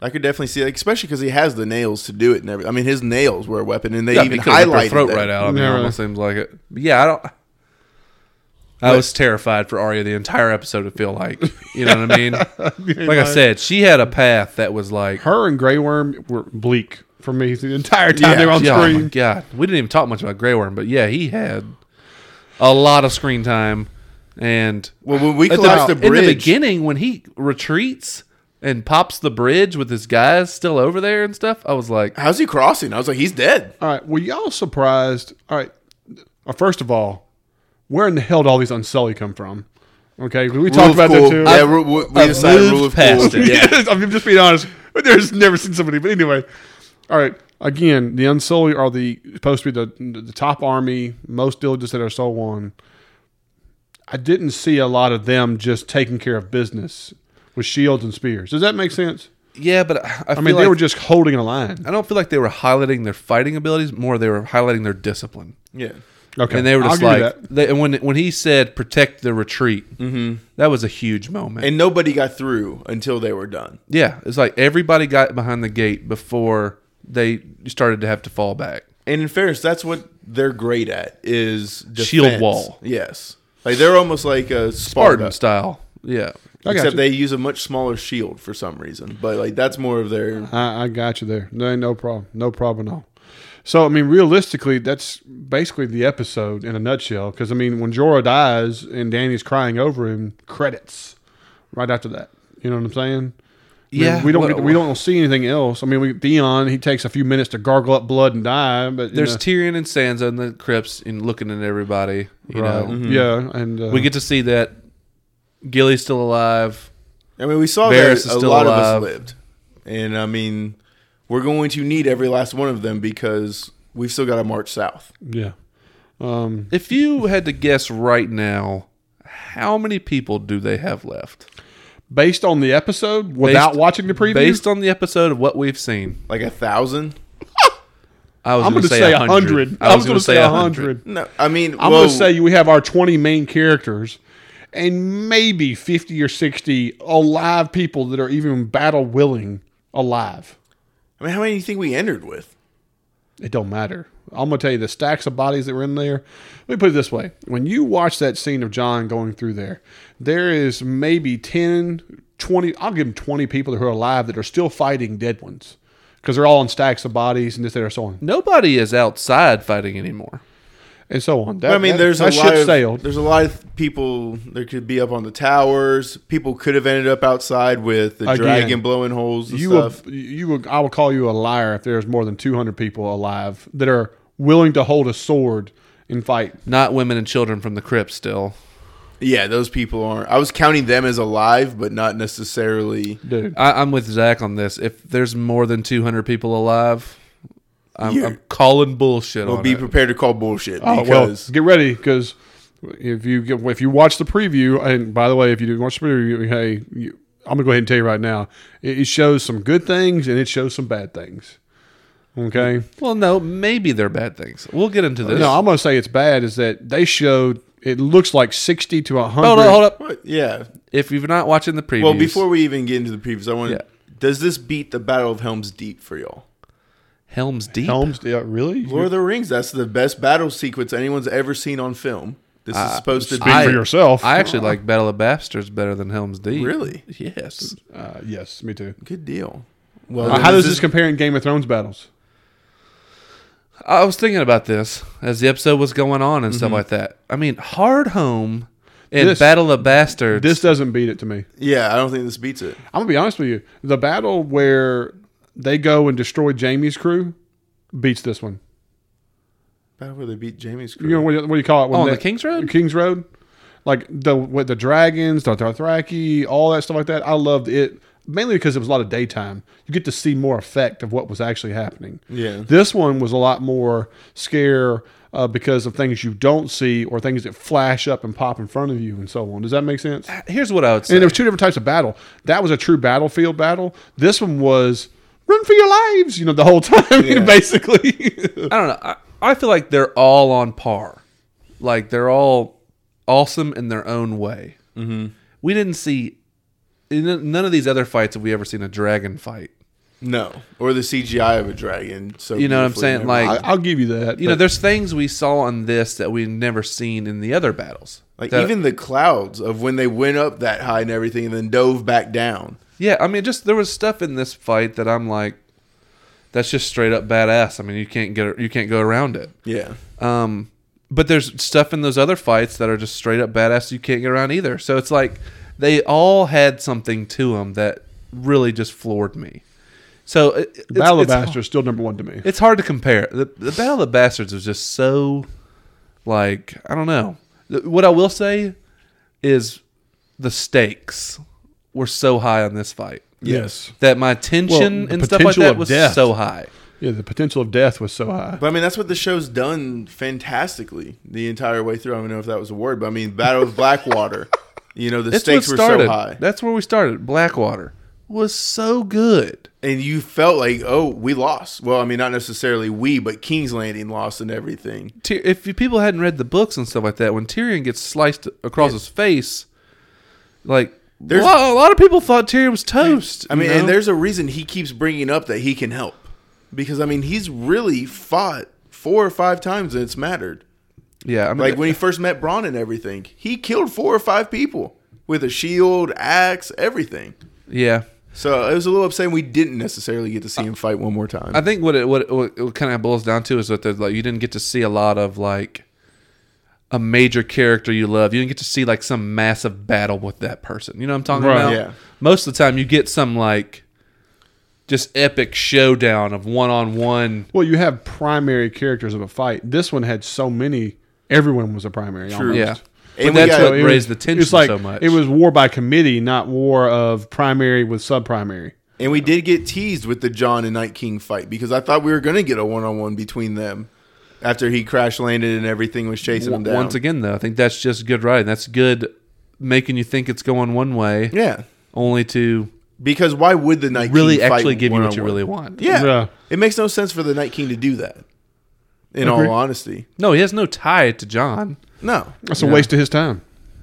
Speaker 3: I could definitely see, like, especially because he has the nails to do it. And everything. I mean, his nails were a weapon, and they
Speaker 2: yeah,
Speaker 3: even
Speaker 2: he could've ripped her
Speaker 3: highlighted
Speaker 2: throat
Speaker 3: that.
Speaker 2: right out. I mean,
Speaker 1: Yeah,
Speaker 2: it
Speaker 1: right.
Speaker 2: almost seems like it. But yeah, I don't. I was terrified for Arya the entire episode. It feel like you know what
Speaker 1: [LAUGHS]
Speaker 2: I mean. like I said, she had a path that was like
Speaker 1: her and Grey Worm were bleak for me the entire time they were on
Speaker 2: yeah, oh my
Speaker 1: screen.
Speaker 2: God, we didn't even talk much about Grey Worm, but yeah, he had a lot of screen time. And
Speaker 3: Well, when we
Speaker 2: at
Speaker 3: collapsed the
Speaker 2: in the
Speaker 3: bridge-
Speaker 2: beginning, when he retreats and pops the bridge with his guys still over there and stuff, I was like,
Speaker 3: How's he crossing? I was like, he's dead.
Speaker 1: All right, were y'all surprised? All right, uh, first of all, where in the hell did all these Unsullied come from? Okay, we talked about that too.
Speaker 3: Yeah, we, we
Speaker 2: I've
Speaker 3: decided
Speaker 2: moved
Speaker 3: rule of
Speaker 2: past
Speaker 3: cool.
Speaker 2: it.
Speaker 3: Yeah.
Speaker 1: [LAUGHS] Yes, I'm just being honest. There's never seen somebody, but anyway. All right. Again, the Unsullied are the supposed to be the the top army, most diligent that are so on. I didn't see a lot of them just taking care of business with shields and spears. Does that make sense?
Speaker 2: yeah, but I, I
Speaker 1: I
Speaker 2: feel
Speaker 1: mean,
Speaker 2: like
Speaker 1: they were just holding a line.
Speaker 2: I don't feel like they were highlighting their fighting abilities. More, they were highlighting their discipline.
Speaker 3: [LAUGHS] yeah.
Speaker 1: Okay,
Speaker 2: And they were
Speaker 1: I'll
Speaker 2: just
Speaker 1: give you
Speaker 2: like, they, and when when he said protect the retreat, mm-hmm. that was a huge moment.
Speaker 3: And nobody got through until they were done.
Speaker 2: yeah, it's like everybody got behind the gate before they started to have to fall back.
Speaker 3: And in fairness, that's what they're great at is defense.
Speaker 2: Shield wall.
Speaker 3: Yes. Like they're almost like a
Speaker 2: Spartan
Speaker 3: Spartan.
Speaker 2: style. Yeah.
Speaker 1: I got
Speaker 3: Except
Speaker 1: you.
Speaker 3: they use a much smaller shield for some reason. But like that's more of their
Speaker 1: I, I got you there. There ain't no problem. No problem at all. So I mean, realistically, that's basically the episode in a nutshell. Because I mean, when Jorah dies and Danny's crying over him, credits right after that. You know what I'm saying? I mean,
Speaker 2: Yeah,
Speaker 1: we don't
Speaker 2: what-
Speaker 1: get, we don't see anything else. I mean, we, Theon he takes a few minutes to gargle up blood and die, but you
Speaker 2: There's
Speaker 1: know,
Speaker 2: Tyrion and Sansa in the crypts and looking at everybody. You
Speaker 1: right.
Speaker 2: know,
Speaker 1: yeah, and uh,
Speaker 2: we get to see that Gilly's still alive.
Speaker 3: I mean we
Speaker 2: Varys
Speaker 3: saw that
Speaker 2: is
Speaker 3: a
Speaker 2: still
Speaker 3: lot
Speaker 2: alive.
Speaker 3: of us lived. And I mean we're going to need every last one of them because we've still got to march south.
Speaker 1: yeah. Um,
Speaker 2: If you had to guess right now, how many people do they have left?
Speaker 1: based on the episode, without watching the preview,
Speaker 2: Based on the episode of what we've seen,
Speaker 3: Like a thousand?
Speaker 2: I was
Speaker 1: I'm
Speaker 2: going to
Speaker 1: say
Speaker 2: say
Speaker 1: a
Speaker 2: 100.
Speaker 1: hundred. I was going to say a hundred.
Speaker 3: No, I mean
Speaker 1: I'm
Speaker 3: well,
Speaker 1: going to say we have our 20 main characters and maybe 50 or 60 alive people that are even battle willing alive.
Speaker 3: I mean how many do you think we entered with?
Speaker 1: It don't matter. I'm going to tell you the stacks of bodies that were in there. Let me put it this way. When you watch that scene of John going through there, there is maybe 10, 20, I'll give them 20 people who are alive that are still fighting dead ones because they're all in stacks of bodies and this, that, or so on.
Speaker 2: Nobody is outside fighting anymore.
Speaker 1: And so on. That,
Speaker 3: But I mean,
Speaker 1: that-
Speaker 3: there's a
Speaker 1: that
Speaker 3: lot
Speaker 1: ship
Speaker 3: of
Speaker 1: sailed.
Speaker 3: there's a lot of people that could be up on the towers. People could have ended up outside with the
Speaker 1: Again,
Speaker 3: dragon blowing holes and
Speaker 1: you
Speaker 3: stuff.
Speaker 1: will, you will, I will call you a liar if there's more than 200 people alive that are willing to hold a sword and fight.
Speaker 2: Not women and children from the crypt still.
Speaker 3: Yeah, those people aren't. I was counting them as alive, but not necessarily.
Speaker 1: Dude,
Speaker 2: I, I'm with Zach on this. If there's more than 200 people alive, I'm,
Speaker 3: You're-
Speaker 2: I'm calling bullshit
Speaker 3: Well,
Speaker 2: on
Speaker 3: be
Speaker 2: it.
Speaker 3: prepared to call bullshit
Speaker 1: Oh well,
Speaker 3: because
Speaker 1: get ready because if you get, if you watch the preview, and by the way, if you didn't watch the preview, hey, you, I'm gonna go ahead and tell you right now, it, it shows some good things and it shows some bad things. Okay,
Speaker 2: Well, no, maybe they're bad things. We'll get into this.
Speaker 1: no, I'm gonna say it's bad is that they showed it looks like 60 to 100.
Speaker 2: hold up, hold up.
Speaker 3: What? yeah.
Speaker 2: If you're not watching the previews,
Speaker 3: Well, before we even get into the previews, I want.
Speaker 2: Yeah.
Speaker 3: to Does this beat the Battle of Helm's Deep for y'all?
Speaker 2: Helms Deep.
Speaker 1: Helms, yeah, really?
Speaker 3: Lord of the Rings. That's the best battle sequence anyone's ever seen on film. This
Speaker 1: Uh,
Speaker 3: is supposed to be.
Speaker 1: Speak for yourself.
Speaker 2: I actually like Battle of Bastards better than Helms Deep.
Speaker 3: Really?
Speaker 2: Yes.
Speaker 1: Uh, yes, me too.
Speaker 3: Good deal. Well,
Speaker 1: Uh,
Speaker 3: then
Speaker 1: how does
Speaker 3: is-
Speaker 1: this compare in Game of Thrones battles?
Speaker 2: I was thinking about this as the episode was going on and stuff like that. I mean, Hard Home and
Speaker 1: This-
Speaker 2: Battle of Bastards.
Speaker 1: This doesn't beat it to me.
Speaker 3: Yeah, I don't think this beats it.
Speaker 1: I'm gonna be honest with you. The battle where they go and destroy Jamie's crew beats this one.
Speaker 3: Battle where they beat Jamie's crew.
Speaker 1: You know what, do you- what do you call it? When
Speaker 2: Oh, on
Speaker 1: they-
Speaker 2: the King's Road?
Speaker 1: Kings Road, like the with the dragons, the Dothraki, all that stuff like that. I loved it mainly because it was a lot of daytime. You get to see more effect of what was actually happening.
Speaker 3: Yeah.
Speaker 1: this one was a lot more scare uh, because of things you don't see or things that flash up and pop in front of you and so on. Does that make sense?
Speaker 2: Here's what I would say.
Speaker 1: And there was two different types of battle. That was a true battlefield battle. This one was run for your lives, you know, the whole [LAUGHS] time,
Speaker 3: [LAUGHS]
Speaker 1: basically.
Speaker 2: I don't know. I, I feel like they're all on par. Like they're all awesome in their own way. Mm-hmm. We didn't see in none of these other fights have we ever seen a dragon fight.
Speaker 3: No, or the CGI of a dragon. So
Speaker 2: You know what I'm
Speaker 3: beautifully
Speaker 2: saying?
Speaker 3: never-
Speaker 2: Like-
Speaker 1: I, I'll give you that.
Speaker 2: You know,
Speaker 1: but-
Speaker 2: there's things we saw in this that we've never seen in the other battles.
Speaker 3: Like
Speaker 2: That-
Speaker 3: even the clouds of when they went up that high and everything, and then dove back down.
Speaker 2: yeah, I mean, just there was stuff in this fight that I'm like, that's just straight up badass. I mean, you can't get you can't go around it.
Speaker 3: Yeah,
Speaker 2: Um, but there's stuff in those other fights that are just straight up badass you can't get around either. So it's like they all had something to them that really just floored me. So it, it's,
Speaker 1: Battle of
Speaker 2: it's,
Speaker 1: Bastards still number one to me.
Speaker 2: It's hard to compare. The, the Battle of Bastards was just so, like, I don't know. Th- What I will say is the stakes were so high on this fight.
Speaker 1: Yes.
Speaker 2: That my tension
Speaker 1: Well, the
Speaker 2: and stuff like
Speaker 1: potential
Speaker 2: that
Speaker 1: of
Speaker 2: was
Speaker 1: death.
Speaker 2: so high.
Speaker 1: Yeah, the potential of death was so high.
Speaker 3: but I mean that's what the show's done fantastically the entire way through. I don't know if that was a word, but I mean Battle of Blackwater. [LAUGHS] You know the
Speaker 2: That's
Speaker 3: stakes
Speaker 2: what
Speaker 3: were
Speaker 2: started.
Speaker 3: so high,
Speaker 2: That's where we started. Blackwater was so good.
Speaker 3: and you felt like, oh, we lost. Well, I mean not necessarily we, but King's Landing lost and everything.
Speaker 2: Ty- if you- people hadn't read the books and stuff like that, when Tyrion gets sliced across his face, like
Speaker 3: There's-
Speaker 2: a, lot, a lot of people thought Tyrion was toast.
Speaker 3: I mean,
Speaker 2: you know?
Speaker 3: and there's a reason he keeps bringing up that he can help, because I mean he's really fought four or five times and it's mattered.
Speaker 2: yeah, I mean,
Speaker 3: Like when he first met Braun and everything, he killed four or five people with a shield, axe, everything.
Speaker 2: yeah.
Speaker 3: So it was a little upsetting we didn't necessarily get to see him fight one more time.
Speaker 2: I think what it what it, what it kind of boils down to is that there's like you didn't get to see a lot of like a major character you love. You didn't get to see like some massive battle with that person. You know what I'm talking
Speaker 1: Right.
Speaker 2: about?
Speaker 3: Yeah.
Speaker 2: Most of the time, you get some like just epic showdown of one on one.
Speaker 1: Well, you have primary characters of a fight. This one had so many. Everyone was a primary. almost.
Speaker 2: Yeah. But
Speaker 3: And we
Speaker 2: that's
Speaker 3: got-
Speaker 2: what
Speaker 1: it was-
Speaker 2: raised the tension
Speaker 1: it's like,
Speaker 2: so much.
Speaker 1: It was war by committee, not war of primary with subprimary.
Speaker 3: and we did get teased with the John and Night King fight because I thought we were going to get a one on one between them after he crash landed and everything was chasing him down.
Speaker 2: Once again, though, I think that's just good writing. That's good making you think it's going one way,
Speaker 3: Yeah.
Speaker 2: only to
Speaker 3: Because why would the Night
Speaker 2: really
Speaker 3: King fight
Speaker 2: actually give you what you
Speaker 3: one-on-one?
Speaker 2: really want.
Speaker 3: Yeah.
Speaker 1: Yeah.
Speaker 3: It makes no sense for the Night King to do that, in all
Speaker 1: Agree.
Speaker 3: honesty.
Speaker 2: No, he has no tie to John.
Speaker 3: No.
Speaker 1: That's a waste of his time.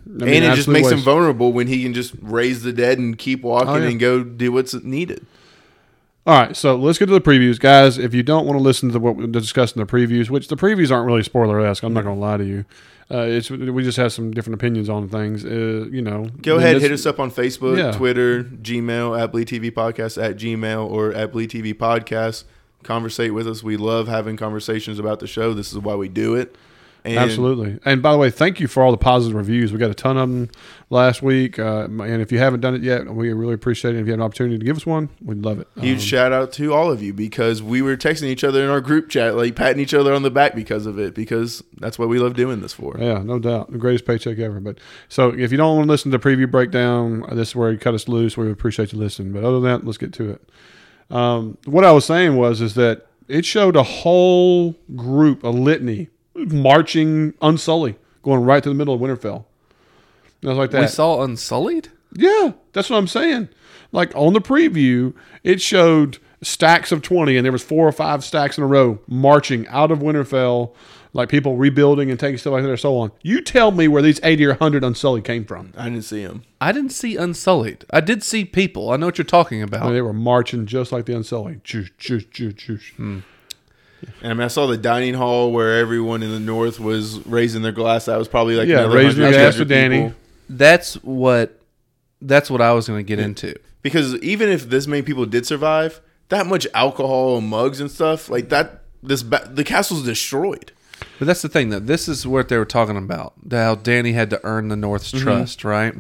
Speaker 1: I mean,
Speaker 3: and it just
Speaker 1: absolute
Speaker 3: makes him
Speaker 1: waste.
Speaker 3: vulnerable when he can just raise the dead and keep walking
Speaker 1: Oh, yeah.
Speaker 3: and go do what's needed.
Speaker 1: All right, so let's get to the previews, guys. If you don't want to listen to what we discussed in the previews, which the previews aren't really spoiler esque, I'm not going to lie to you. Uh, it's we just have some different opinions on things. Uh, you know,
Speaker 3: Go
Speaker 1: Then
Speaker 3: ahead,
Speaker 1: this-
Speaker 3: hit us up on Facebook,
Speaker 1: Yeah.
Speaker 3: Twitter, Gmail at Bleed TV Podcast at Gmail or at Bleed TV Podcast. Conversate with us. We love having conversations about the show. This is why we do it. And
Speaker 1: Absolutely. And by the way, thank you for all the positive reviews. We got a ton of them last week. Uh, and if you haven't done it yet, we really appreciate it. If you have an opportunity to give us one, we'd love it.
Speaker 3: Huge
Speaker 1: Um,
Speaker 3: shout out to all of you because we were texting each other in our group chat, like patting each other on the back because of it, because that's what we love doing this for.
Speaker 1: yeah, no doubt. The greatest paycheck ever. But so if you don't want to listen to the preview breakdown, uh, this is where you cut us loose. We would appreciate you listening. But other than that, let's get to it. Um, what I was saying was is that it showed a whole group, a litany, marching unsully, going right to the middle of Winterfell. And I was like that.
Speaker 2: We saw Unsullied.
Speaker 1: Yeah, that's what I'm saying. Like on the preview, it showed stacks of 20 and there was four or five stacks in a row marching out of Winterfell, like people rebuilding and taking stuff like that and so on. You tell me where these 80 or 100 unsullied came from.
Speaker 3: I didn't see him.
Speaker 2: I didn't see Unsullied. I did see people. I know what you're talking about.
Speaker 1: And they were marching just like the unsullied. Choosh, choosh, choosh, choosh.
Speaker 3: And I mean, I saw the dining hall where everyone in the north was raising their glass. That was probably like
Speaker 1: Yeah,
Speaker 3: another
Speaker 1: raise your
Speaker 3: 100,
Speaker 1: glass to
Speaker 3: 200
Speaker 1: Danny.
Speaker 3: people.
Speaker 2: That's what. That's what I was going to get into.
Speaker 3: Because even if this many people did survive, that much alcohol and mugs and stuff like that, this ba- the castle's destroyed.
Speaker 2: But that's the thing, though. This is what they were talking about. How Danny had to earn the North's
Speaker 1: Mm-hmm.
Speaker 2: trust, right?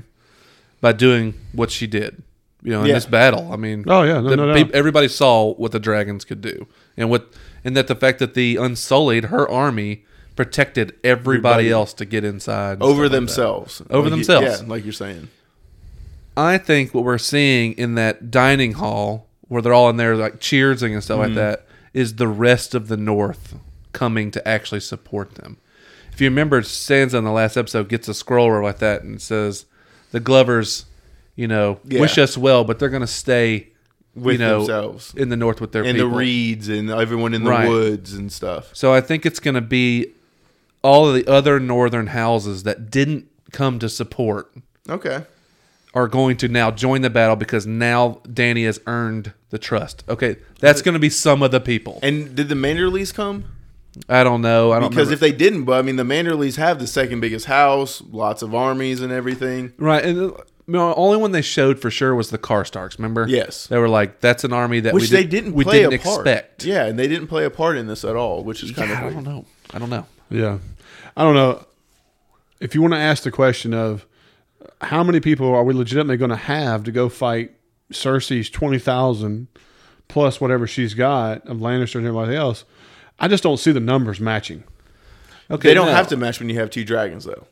Speaker 2: By doing what she did, you know, in
Speaker 3: Yeah.
Speaker 2: this battle. I mean,
Speaker 1: Oh, yeah, no,
Speaker 2: the
Speaker 1: no
Speaker 2: peop-
Speaker 1: doubt.
Speaker 2: everybody saw what the dragons could do, and what, and that the fact that the Unsullied, her army, protected everybody, else to get inside and stuff
Speaker 3: over
Speaker 2: like
Speaker 3: themselves.
Speaker 2: Over
Speaker 3: Like you-
Speaker 2: themselves.
Speaker 3: yeah, like you're saying.
Speaker 2: that. I think what we're seeing in that dining hall where they're all in there like cheersing and
Speaker 3: Mm-hmm.
Speaker 2: stuff like that is the rest of the North coming to actually support them. If you remember, Sansa in the last episode gets a scroll or like that and says, "The Glovers, you know,
Speaker 3: Yeah.
Speaker 2: wish us well, but they're going to stay,
Speaker 3: With
Speaker 2: you know,
Speaker 3: themselves.
Speaker 2: in the North with their
Speaker 3: And
Speaker 2: people."
Speaker 3: the reeds and everyone in the
Speaker 2: Right.
Speaker 3: woods and stuff.
Speaker 2: So I think it's going to be all of the other northern houses that didn't come to support
Speaker 3: Okay.
Speaker 2: are going to now join the battle because now Danny has earned the trust. Okay, that's going to be some of the people.
Speaker 3: And did the Manderleys come?
Speaker 2: I don't know. I don't
Speaker 3: Because
Speaker 2: remember.
Speaker 3: if they didn't, but I mean, the Manderleys have the second biggest house, lots of armies and everything.
Speaker 2: right, and uh, the you know, only one they showed for sure was the Karstarks. Remember?
Speaker 3: Yes.
Speaker 2: they were like, "That's an army that
Speaker 3: Which
Speaker 2: we
Speaker 3: they
Speaker 2: did,
Speaker 3: didn't
Speaker 2: we
Speaker 3: play
Speaker 2: didn't
Speaker 3: a part.
Speaker 2: expect."
Speaker 3: Yeah, and they didn't play a part in this at all, which is kind
Speaker 2: Yeah, I
Speaker 3: of
Speaker 2: don't
Speaker 3: weird.
Speaker 2: know. I don't know.
Speaker 1: Yeah. I don't know. If you want to ask the question of how many people are we legitimately going to have to go fight Cersei's 20,000 plus whatever she's got of Lannister and everybody else, I just don't see the numbers matching.
Speaker 2: Okay,
Speaker 3: They don't
Speaker 2: no.
Speaker 3: have to match when you have two dragons, though.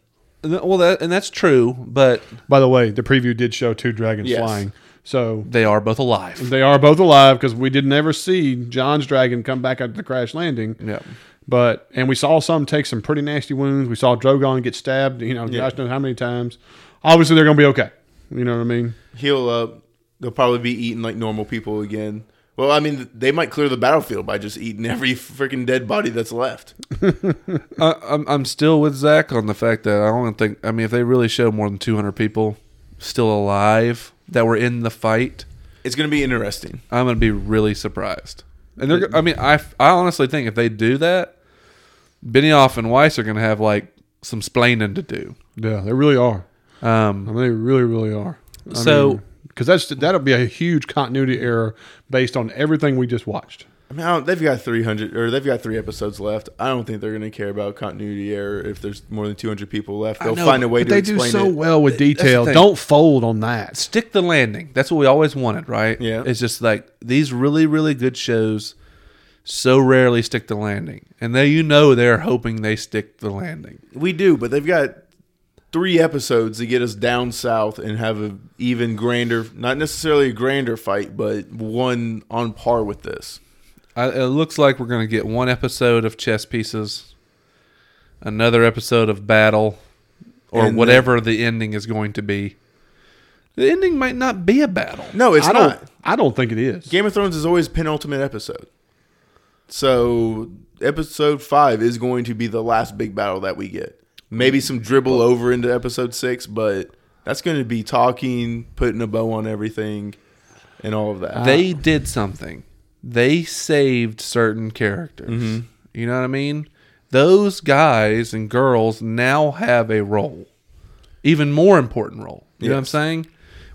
Speaker 2: Well, that and that's true, but
Speaker 1: By the way, the preview did show two dragons
Speaker 3: Yes.
Speaker 1: flying. So
Speaker 2: they are both alive.
Speaker 1: they are both alive because we didn't ever see John's dragon come back after the crash landing.
Speaker 2: Yeah.
Speaker 1: But and we saw some take some pretty nasty wounds. We saw Drogon get stabbed. You know,
Speaker 3: Yeah.
Speaker 1: gosh knows how many times. Obviously, they're going to be okay. You know what I mean?
Speaker 3: Heal up. They'll probably be eating like normal people again. Well, I mean, they might clear the battlefield by just eating [LAUGHS] every freaking dead body that's left.
Speaker 2: I, I'm I'm still with Zach on the fact that I don't think. I mean, if they really show more than 200 people still alive that were in the fight,
Speaker 3: It's going to be interesting.
Speaker 2: I'm gonna be really surprised. And they're. go- I mean, I I honestly think if they do that, Benioff and Weiss are gonna have like some splaining to do.
Speaker 1: Yeah, they really are. I
Speaker 2: Um,
Speaker 1: mean, they really, really are. I
Speaker 2: So-
Speaker 1: because that's that'll be a huge continuity error based on everything we just watched.
Speaker 3: I mean, I don't, they've got 300 or they've got three episodes left. I don't think they're going to care about continuity error if there's more than 200 people left. They'll
Speaker 2: know,
Speaker 3: find a way
Speaker 1: But
Speaker 3: to
Speaker 1: they do
Speaker 3: explain
Speaker 1: so
Speaker 3: it.
Speaker 1: well with
Speaker 2: Th- that's the
Speaker 1: detail.
Speaker 2: thing.
Speaker 1: Don't fold on that.
Speaker 2: stick the landing. That's what we always wanted, right?
Speaker 3: Yeah.
Speaker 2: It's just like these really really good shows so rarely stick the landing, and they you know they're hoping they stick the landing.
Speaker 3: We do, but they've got three episodes to get us down south and have an even grander, not necessarily a grander fight, but one on par with this.
Speaker 2: I, it looks like we're going to get one episode of chess pieces, another episode of battle, or
Speaker 3: And
Speaker 2: whatever the ending is going to be. The ending might not be a battle.
Speaker 3: No, it's
Speaker 1: I don't.
Speaker 3: not.
Speaker 1: I don't think it is.
Speaker 3: Game of Thrones is always penultimate episode. So episode five is going to be the last big battle that we get. Maybe some dribble over into episode six, but that's going to be talking, putting a bow on everything, and all of that.
Speaker 2: They did something. They saved certain characters.
Speaker 3: Mm-hmm.
Speaker 2: You know what I mean? Those guys and girls now have a role, even more important role. You know what I'm
Speaker 3: Yes.
Speaker 2: saying?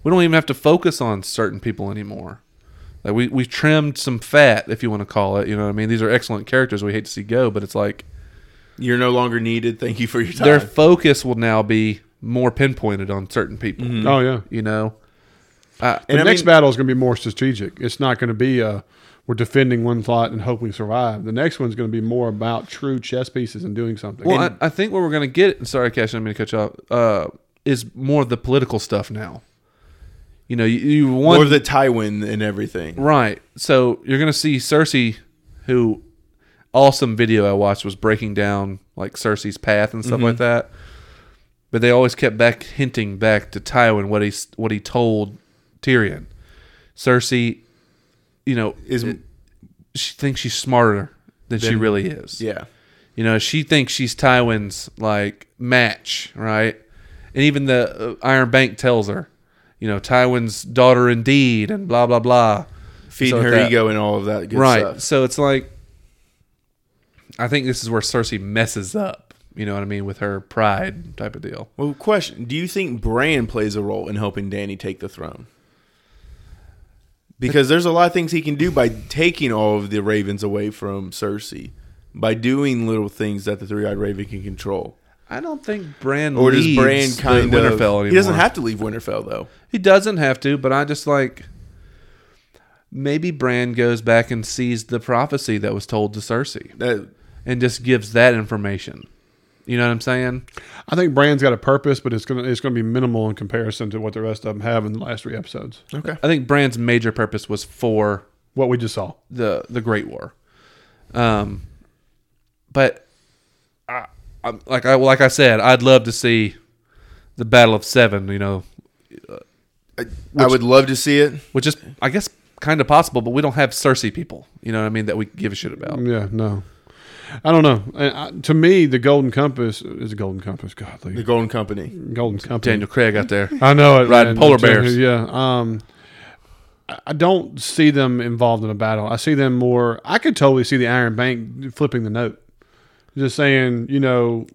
Speaker 2: We don't even have to focus on certain people anymore. Like we we trimmed some fat, if you want to call it. You know what I mean? These are excellent characters. We hate to see go, but it's like
Speaker 3: You're no longer needed. Thank you for your time.
Speaker 2: Their focus will now be more pinpointed on certain people.
Speaker 3: Mm-hmm.
Speaker 1: Oh yeah.
Speaker 2: You know,
Speaker 1: The
Speaker 3: and I
Speaker 1: next
Speaker 3: mean-
Speaker 1: battle is going to be more strategic. It's not going to be a we're defending one thought and hope we survive. The next one's going to be more about true chess pieces and doing something.
Speaker 2: Well, I, I think what we're going to get, and sorry, Cash, I'm going to cut you off, uh, is more of the political stuff now. You know, you, you want.
Speaker 3: or the Tywin and everything.
Speaker 2: right. So you're going to see Cersei, who, awesome video I watched was breaking down like Cersei's path and stuff
Speaker 3: Mm-hmm.
Speaker 2: like that. But they always kept back hinting back to Tywin what he s- what he told Tyrion. Cersei, you know,
Speaker 3: Is-
Speaker 2: she thinks she's smarter than she
Speaker 3: Than-
Speaker 2: really is.
Speaker 3: Yeah.
Speaker 2: You know, she thinks she's Tywin's like match, right? And even the uh, Iron Bank tells her, you know, Tywin's daughter indeed, and blah blah blah.
Speaker 3: Feeding
Speaker 2: So
Speaker 3: her
Speaker 2: that-
Speaker 3: ego and all of that good
Speaker 2: right?
Speaker 3: stuff.
Speaker 2: So it's like, I think this is where Cersei messes up. You know what I mean with her pride type of deal.
Speaker 3: Well, question: Do you think Bran plays a role in helping Danny take the throne? Because there's a lot of things he can do by taking all of the ravens away from Cersei, by doing little things that the three-eyed raven can control.
Speaker 2: I don't think Bran
Speaker 3: Or does
Speaker 2: leaves
Speaker 3: Bran
Speaker 2: the
Speaker 3: kind of?
Speaker 2: Winterfell anymore.
Speaker 3: He doesn't have to leave Winterfell though.
Speaker 2: He doesn't have to, but I just like maybe Bran goes back and sees the prophecy that was told to Cersei.
Speaker 3: That
Speaker 2: and just gives that information. You know what I'm saying?
Speaker 1: I think Brand's got a purpose, but it's gonna it's gonna be minimal in comparison to what the rest of them have in the last three episodes.
Speaker 3: okay.
Speaker 2: I think Brand's major purpose was for
Speaker 1: What we just saw.
Speaker 2: the the Great War. Um, but I, I'm like I like I said, I'd love to see the Battle of Seven. You know,
Speaker 3: I, I would love to see it.
Speaker 2: which is I guess kind of possible, but we don't have Cersei people. You know what I mean? That we give a shit
Speaker 3: Oh.
Speaker 2: about.
Speaker 1: Yeah, no. I don't know. I, I, to me, the Golden Compass is a Golden Compass.
Speaker 3: The
Speaker 1: Godly
Speaker 3: Golden Company.
Speaker 1: Golden Compass.
Speaker 2: Daniel Craig out there.
Speaker 1: I know it.
Speaker 2: Riding
Speaker 1: man.
Speaker 2: polar bears.
Speaker 1: Yeah. Um, I- I don't see them involved in a battle. I see them more. I could totally see the Iron Bank flipping the note, just saying, you know,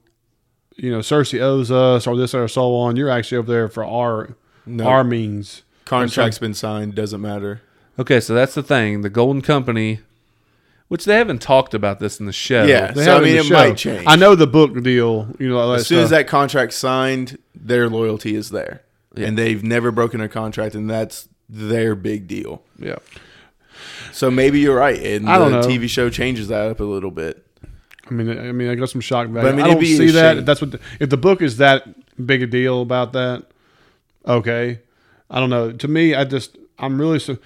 Speaker 1: you know, Cersei owes us or this or so on. You're actually over there for our
Speaker 3: No.
Speaker 1: our means.
Speaker 3: Contract's been signed. Doesn't matter.
Speaker 2: Okay, so that's the thing. The Golden Company, which they haven't talked about this in the show.
Speaker 3: Yeah.
Speaker 1: They
Speaker 3: So,
Speaker 1: have in
Speaker 3: I mean,
Speaker 1: the
Speaker 3: it
Speaker 1: show.
Speaker 3: might change.
Speaker 1: I know the book deal. You know, all that
Speaker 3: As soon as
Speaker 1: stuff.
Speaker 3: that contract's signed, their loyalty is there, and they've never broken a contract, and that's their big deal.
Speaker 2: yeah.
Speaker 3: So maybe you're right, and
Speaker 1: I don't
Speaker 3: the
Speaker 1: know.
Speaker 3: TV show changes that up a little bit.
Speaker 1: I mean, I mean, I got some shock value.
Speaker 3: But,
Speaker 1: I,
Speaker 3: I mean, it'd
Speaker 1: don't
Speaker 3: be a
Speaker 1: see that.
Speaker 3: shame.
Speaker 1: That's what the, if the book is that big a deal about that. Okay, I don't know. To me, I just I'm really so.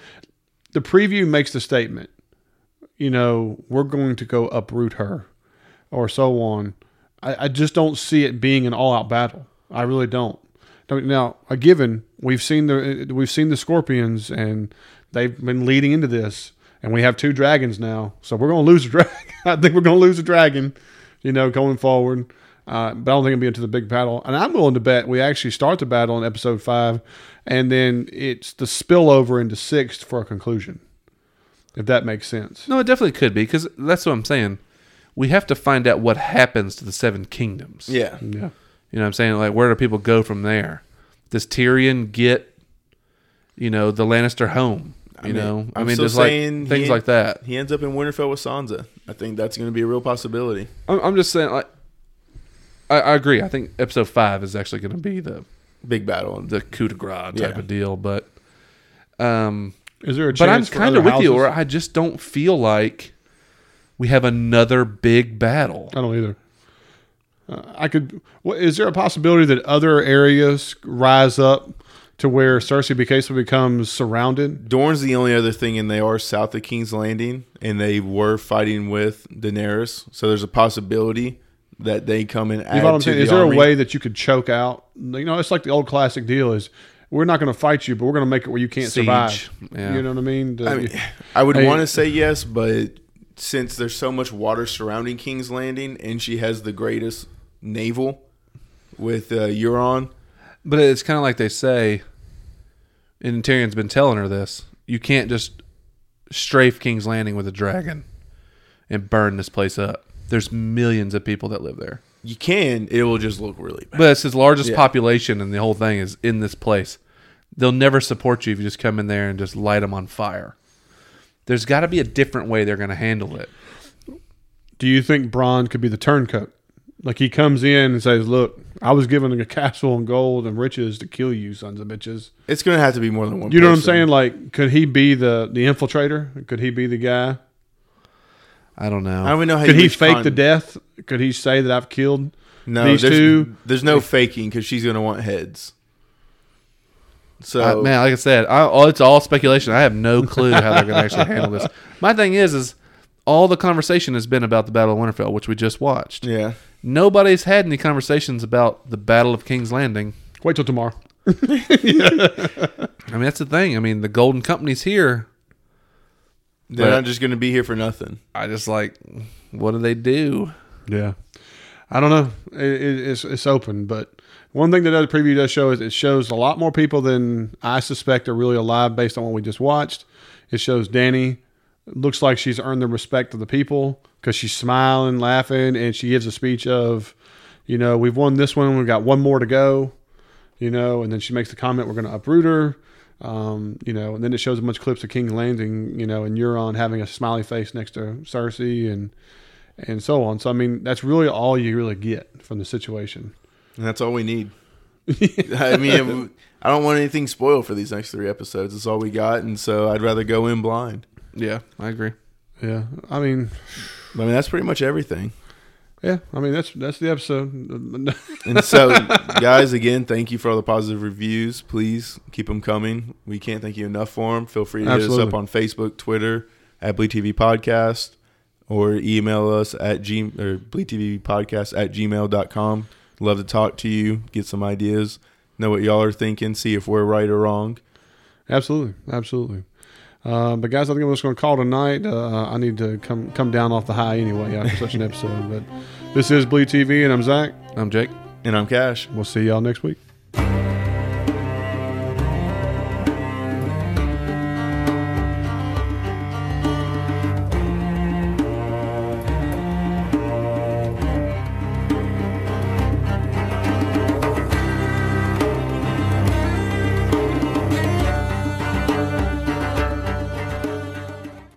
Speaker 1: The preview makes the statement. You know, we're going to go uproot her, or so on. I, I just don't see it being an all-out battle. I really don't. Don't- Now, a given we've seen the we've seen the scorpions, and they've been leading into this, and we have two dragons now, so we're going to lose a dragon. [LAUGHS] I think we're going to lose a dragon, you know, going forward. Uh, but I don't think it'll be into the big battle. And I'm willing to bet we actually start the battle in episode five, and then it's the spillover into six for a conclusion, if that makes sense.
Speaker 2: No, it definitely could be because that's what I'm saying. We have to find out what happens to the seven kingdoms.
Speaker 3: Yeah,
Speaker 1: Yeah.
Speaker 2: You know what I'm saying? Like, where do people go from there? Does Tyrion get, you know, the Lannister home? You
Speaker 3: mean,
Speaker 2: know, I
Speaker 3: I'm
Speaker 2: mean,
Speaker 3: still
Speaker 2: there's like
Speaker 3: saying he
Speaker 2: things
Speaker 3: ain't-
Speaker 2: like that.
Speaker 3: he ends up in Winterfell with Sansa. I think that's going to be a real possibility.
Speaker 2: I'm, I'm just saying, like, I, I agree. I think episode five is actually going to be the
Speaker 3: Big battle. And
Speaker 2: the coup de grace type
Speaker 3: Yeah.
Speaker 2: of deal, but um,
Speaker 1: Is there a
Speaker 2: but I'm
Speaker 1: chance?
Speaker 2: kind of with you, or I just don't feel like we have another big battle.
Speaker 1: I don't either. Uh, I could. What, is there a possibility that other areas rise up to where Cersei Bacasa becomes surrounded?
Speaker 3: Dorne's the only other thing, and they are south of King's Landing, and they were fighting with Daenerys. So there's a possibility that they come and
Speaker 1: You know what
Speaker 3: add
Speaker 1: I'm
Speaker 3: to
Speaker 1: saying?
Speaker 3: the
Speaker 1: Is there
Speaker 3: army.
Speaker 1: a way that you could choke out? You know, it's like the old classic deal: is we're not going to fight you, but we're going to make it where you can't
Speaker 2: Siege.
Speaker 1: survive.
Speaker 2: Yeah.
Speaker 1: You know what I mean? The-
Speaker 3: I mean, I would
Speaker 1: I-
Speaker 3: want to say yes, but since there's so much water surrounding King's Landing, and she has the greatest naval with uh, Euron,
Speaker 2: But it's kind of like they say, and Tyrion's been telling her this: you can't just strafe King's Landing with a dragon and burn this place up. There's millions of people that live there,
Speaker 3: you can. It will just look really bad.
Speaker 2: but it's his largest
Speaker 3: Yeah.
Speaker 2: population, and the whole thing is in this place. They'll never support you if you just come in there and just light them on fire. There's got to be a different way they're going to handle it.
Speaker 1: do you think Bronn could be the turncoat? Like he comes in and says, "Look, I was given a castle and gold and riches to kill you, sons of bitches."
Speaker 3: It's going to have to be more than one.
Speaker 1: You know what I'm
Speaker 3: person.
Speaker 1: saying? Like, could he be the the infiltrator? Could he be the guy?
Speaker 2: I don't know.
Speaker 3: I don't even know how
Speaker 1: Could
Speaker 3: you
Speaker 1: he
Speaker 3: reach
Speaker 1: fake
Speaker 3: con-
Speaker 1: the death? Could he say that I've killed?
Speaker 3: No,
Speaker 1: these
Speaker 3: there's,
Speaker 1: two?
Speaker 3: There's no faking because she's going to want heads. So
Speaker 2: I- Uh, man, like I said, I, all, it's all speculation. I have no clue how they're going to actually handle [LAUGHS] this. My thing is, is all the conversation has been about the Battle of Winterfell, which we just watched.
Speaker 3: yeah,
Speaker 2: Nobody's had any conversations about the Battle of King's Landing.
Speaker 1: Wait till tomorrow.
Speaker 2: I mean, that's the thing. I mean, the Golden Company's here.
Speaker 3: they're
Speaker 2: But-
Speaker 3: not just going to be here for nothing.
Speaker 2: I just like, what do they do?
Speaker 1: Yeah, I don't know. It, it, it's it's open, but one thing that the preview does show is it shows a lot more people than I suspect are really alive based on what we just watched. It shows Danny looks like she's earned the respect of the people because she's smiling, laughing, and she gives a speech of, you know, we've won this one, we've got one more to go, you know, and then she makes the comment, we're going to uproot her. Um, you know, and then it shows a bunch of clips of King Landing, you know, and Euron having a smiley face next to Cersei and and so on. So I mean, that's really all you really get from the situation.
Speaker 3: And that's all
Speaker 1: [LAUGHS]
Speaker 3: we need. I mean, I don't want anything spoiled for these next three episodes. It's all we got, and so I'd rather go in blind.
Speaker 2: Yeah, I agree.
Speaker 1: Yeah, I mean,
Speaker 3: I mean, that's pretty much everything.
Speaker 1: yeah, I mean that's that's the episode. [LAUGHS]
Speaker 3: And so, guys, again, thank you for all the positive reviews. Please keep them coming. We can't thank you enough for them. Feel free to hit us up
Speaker 1: Absolutely.
Speaker 3: on Facebook, Twitter, at Bleed TV Podcast, or email us at g or Bleed TV Podcast at gmail.com. Love to talk to you, get some ideas, know what y'all are thinking, see if we're right or wrong.
Speaker 1: absolutely, absolutely. Uh, but guys, I think I'm just going to call tonight. Uh, I need to come come down off the high anyway after such an episode. But this is Bleed TV, and I'm Zach.
Speaker 2: I'm Jake.
Speaker 3: And I'm Cash.
Speaker 1: We'll see y'all next week.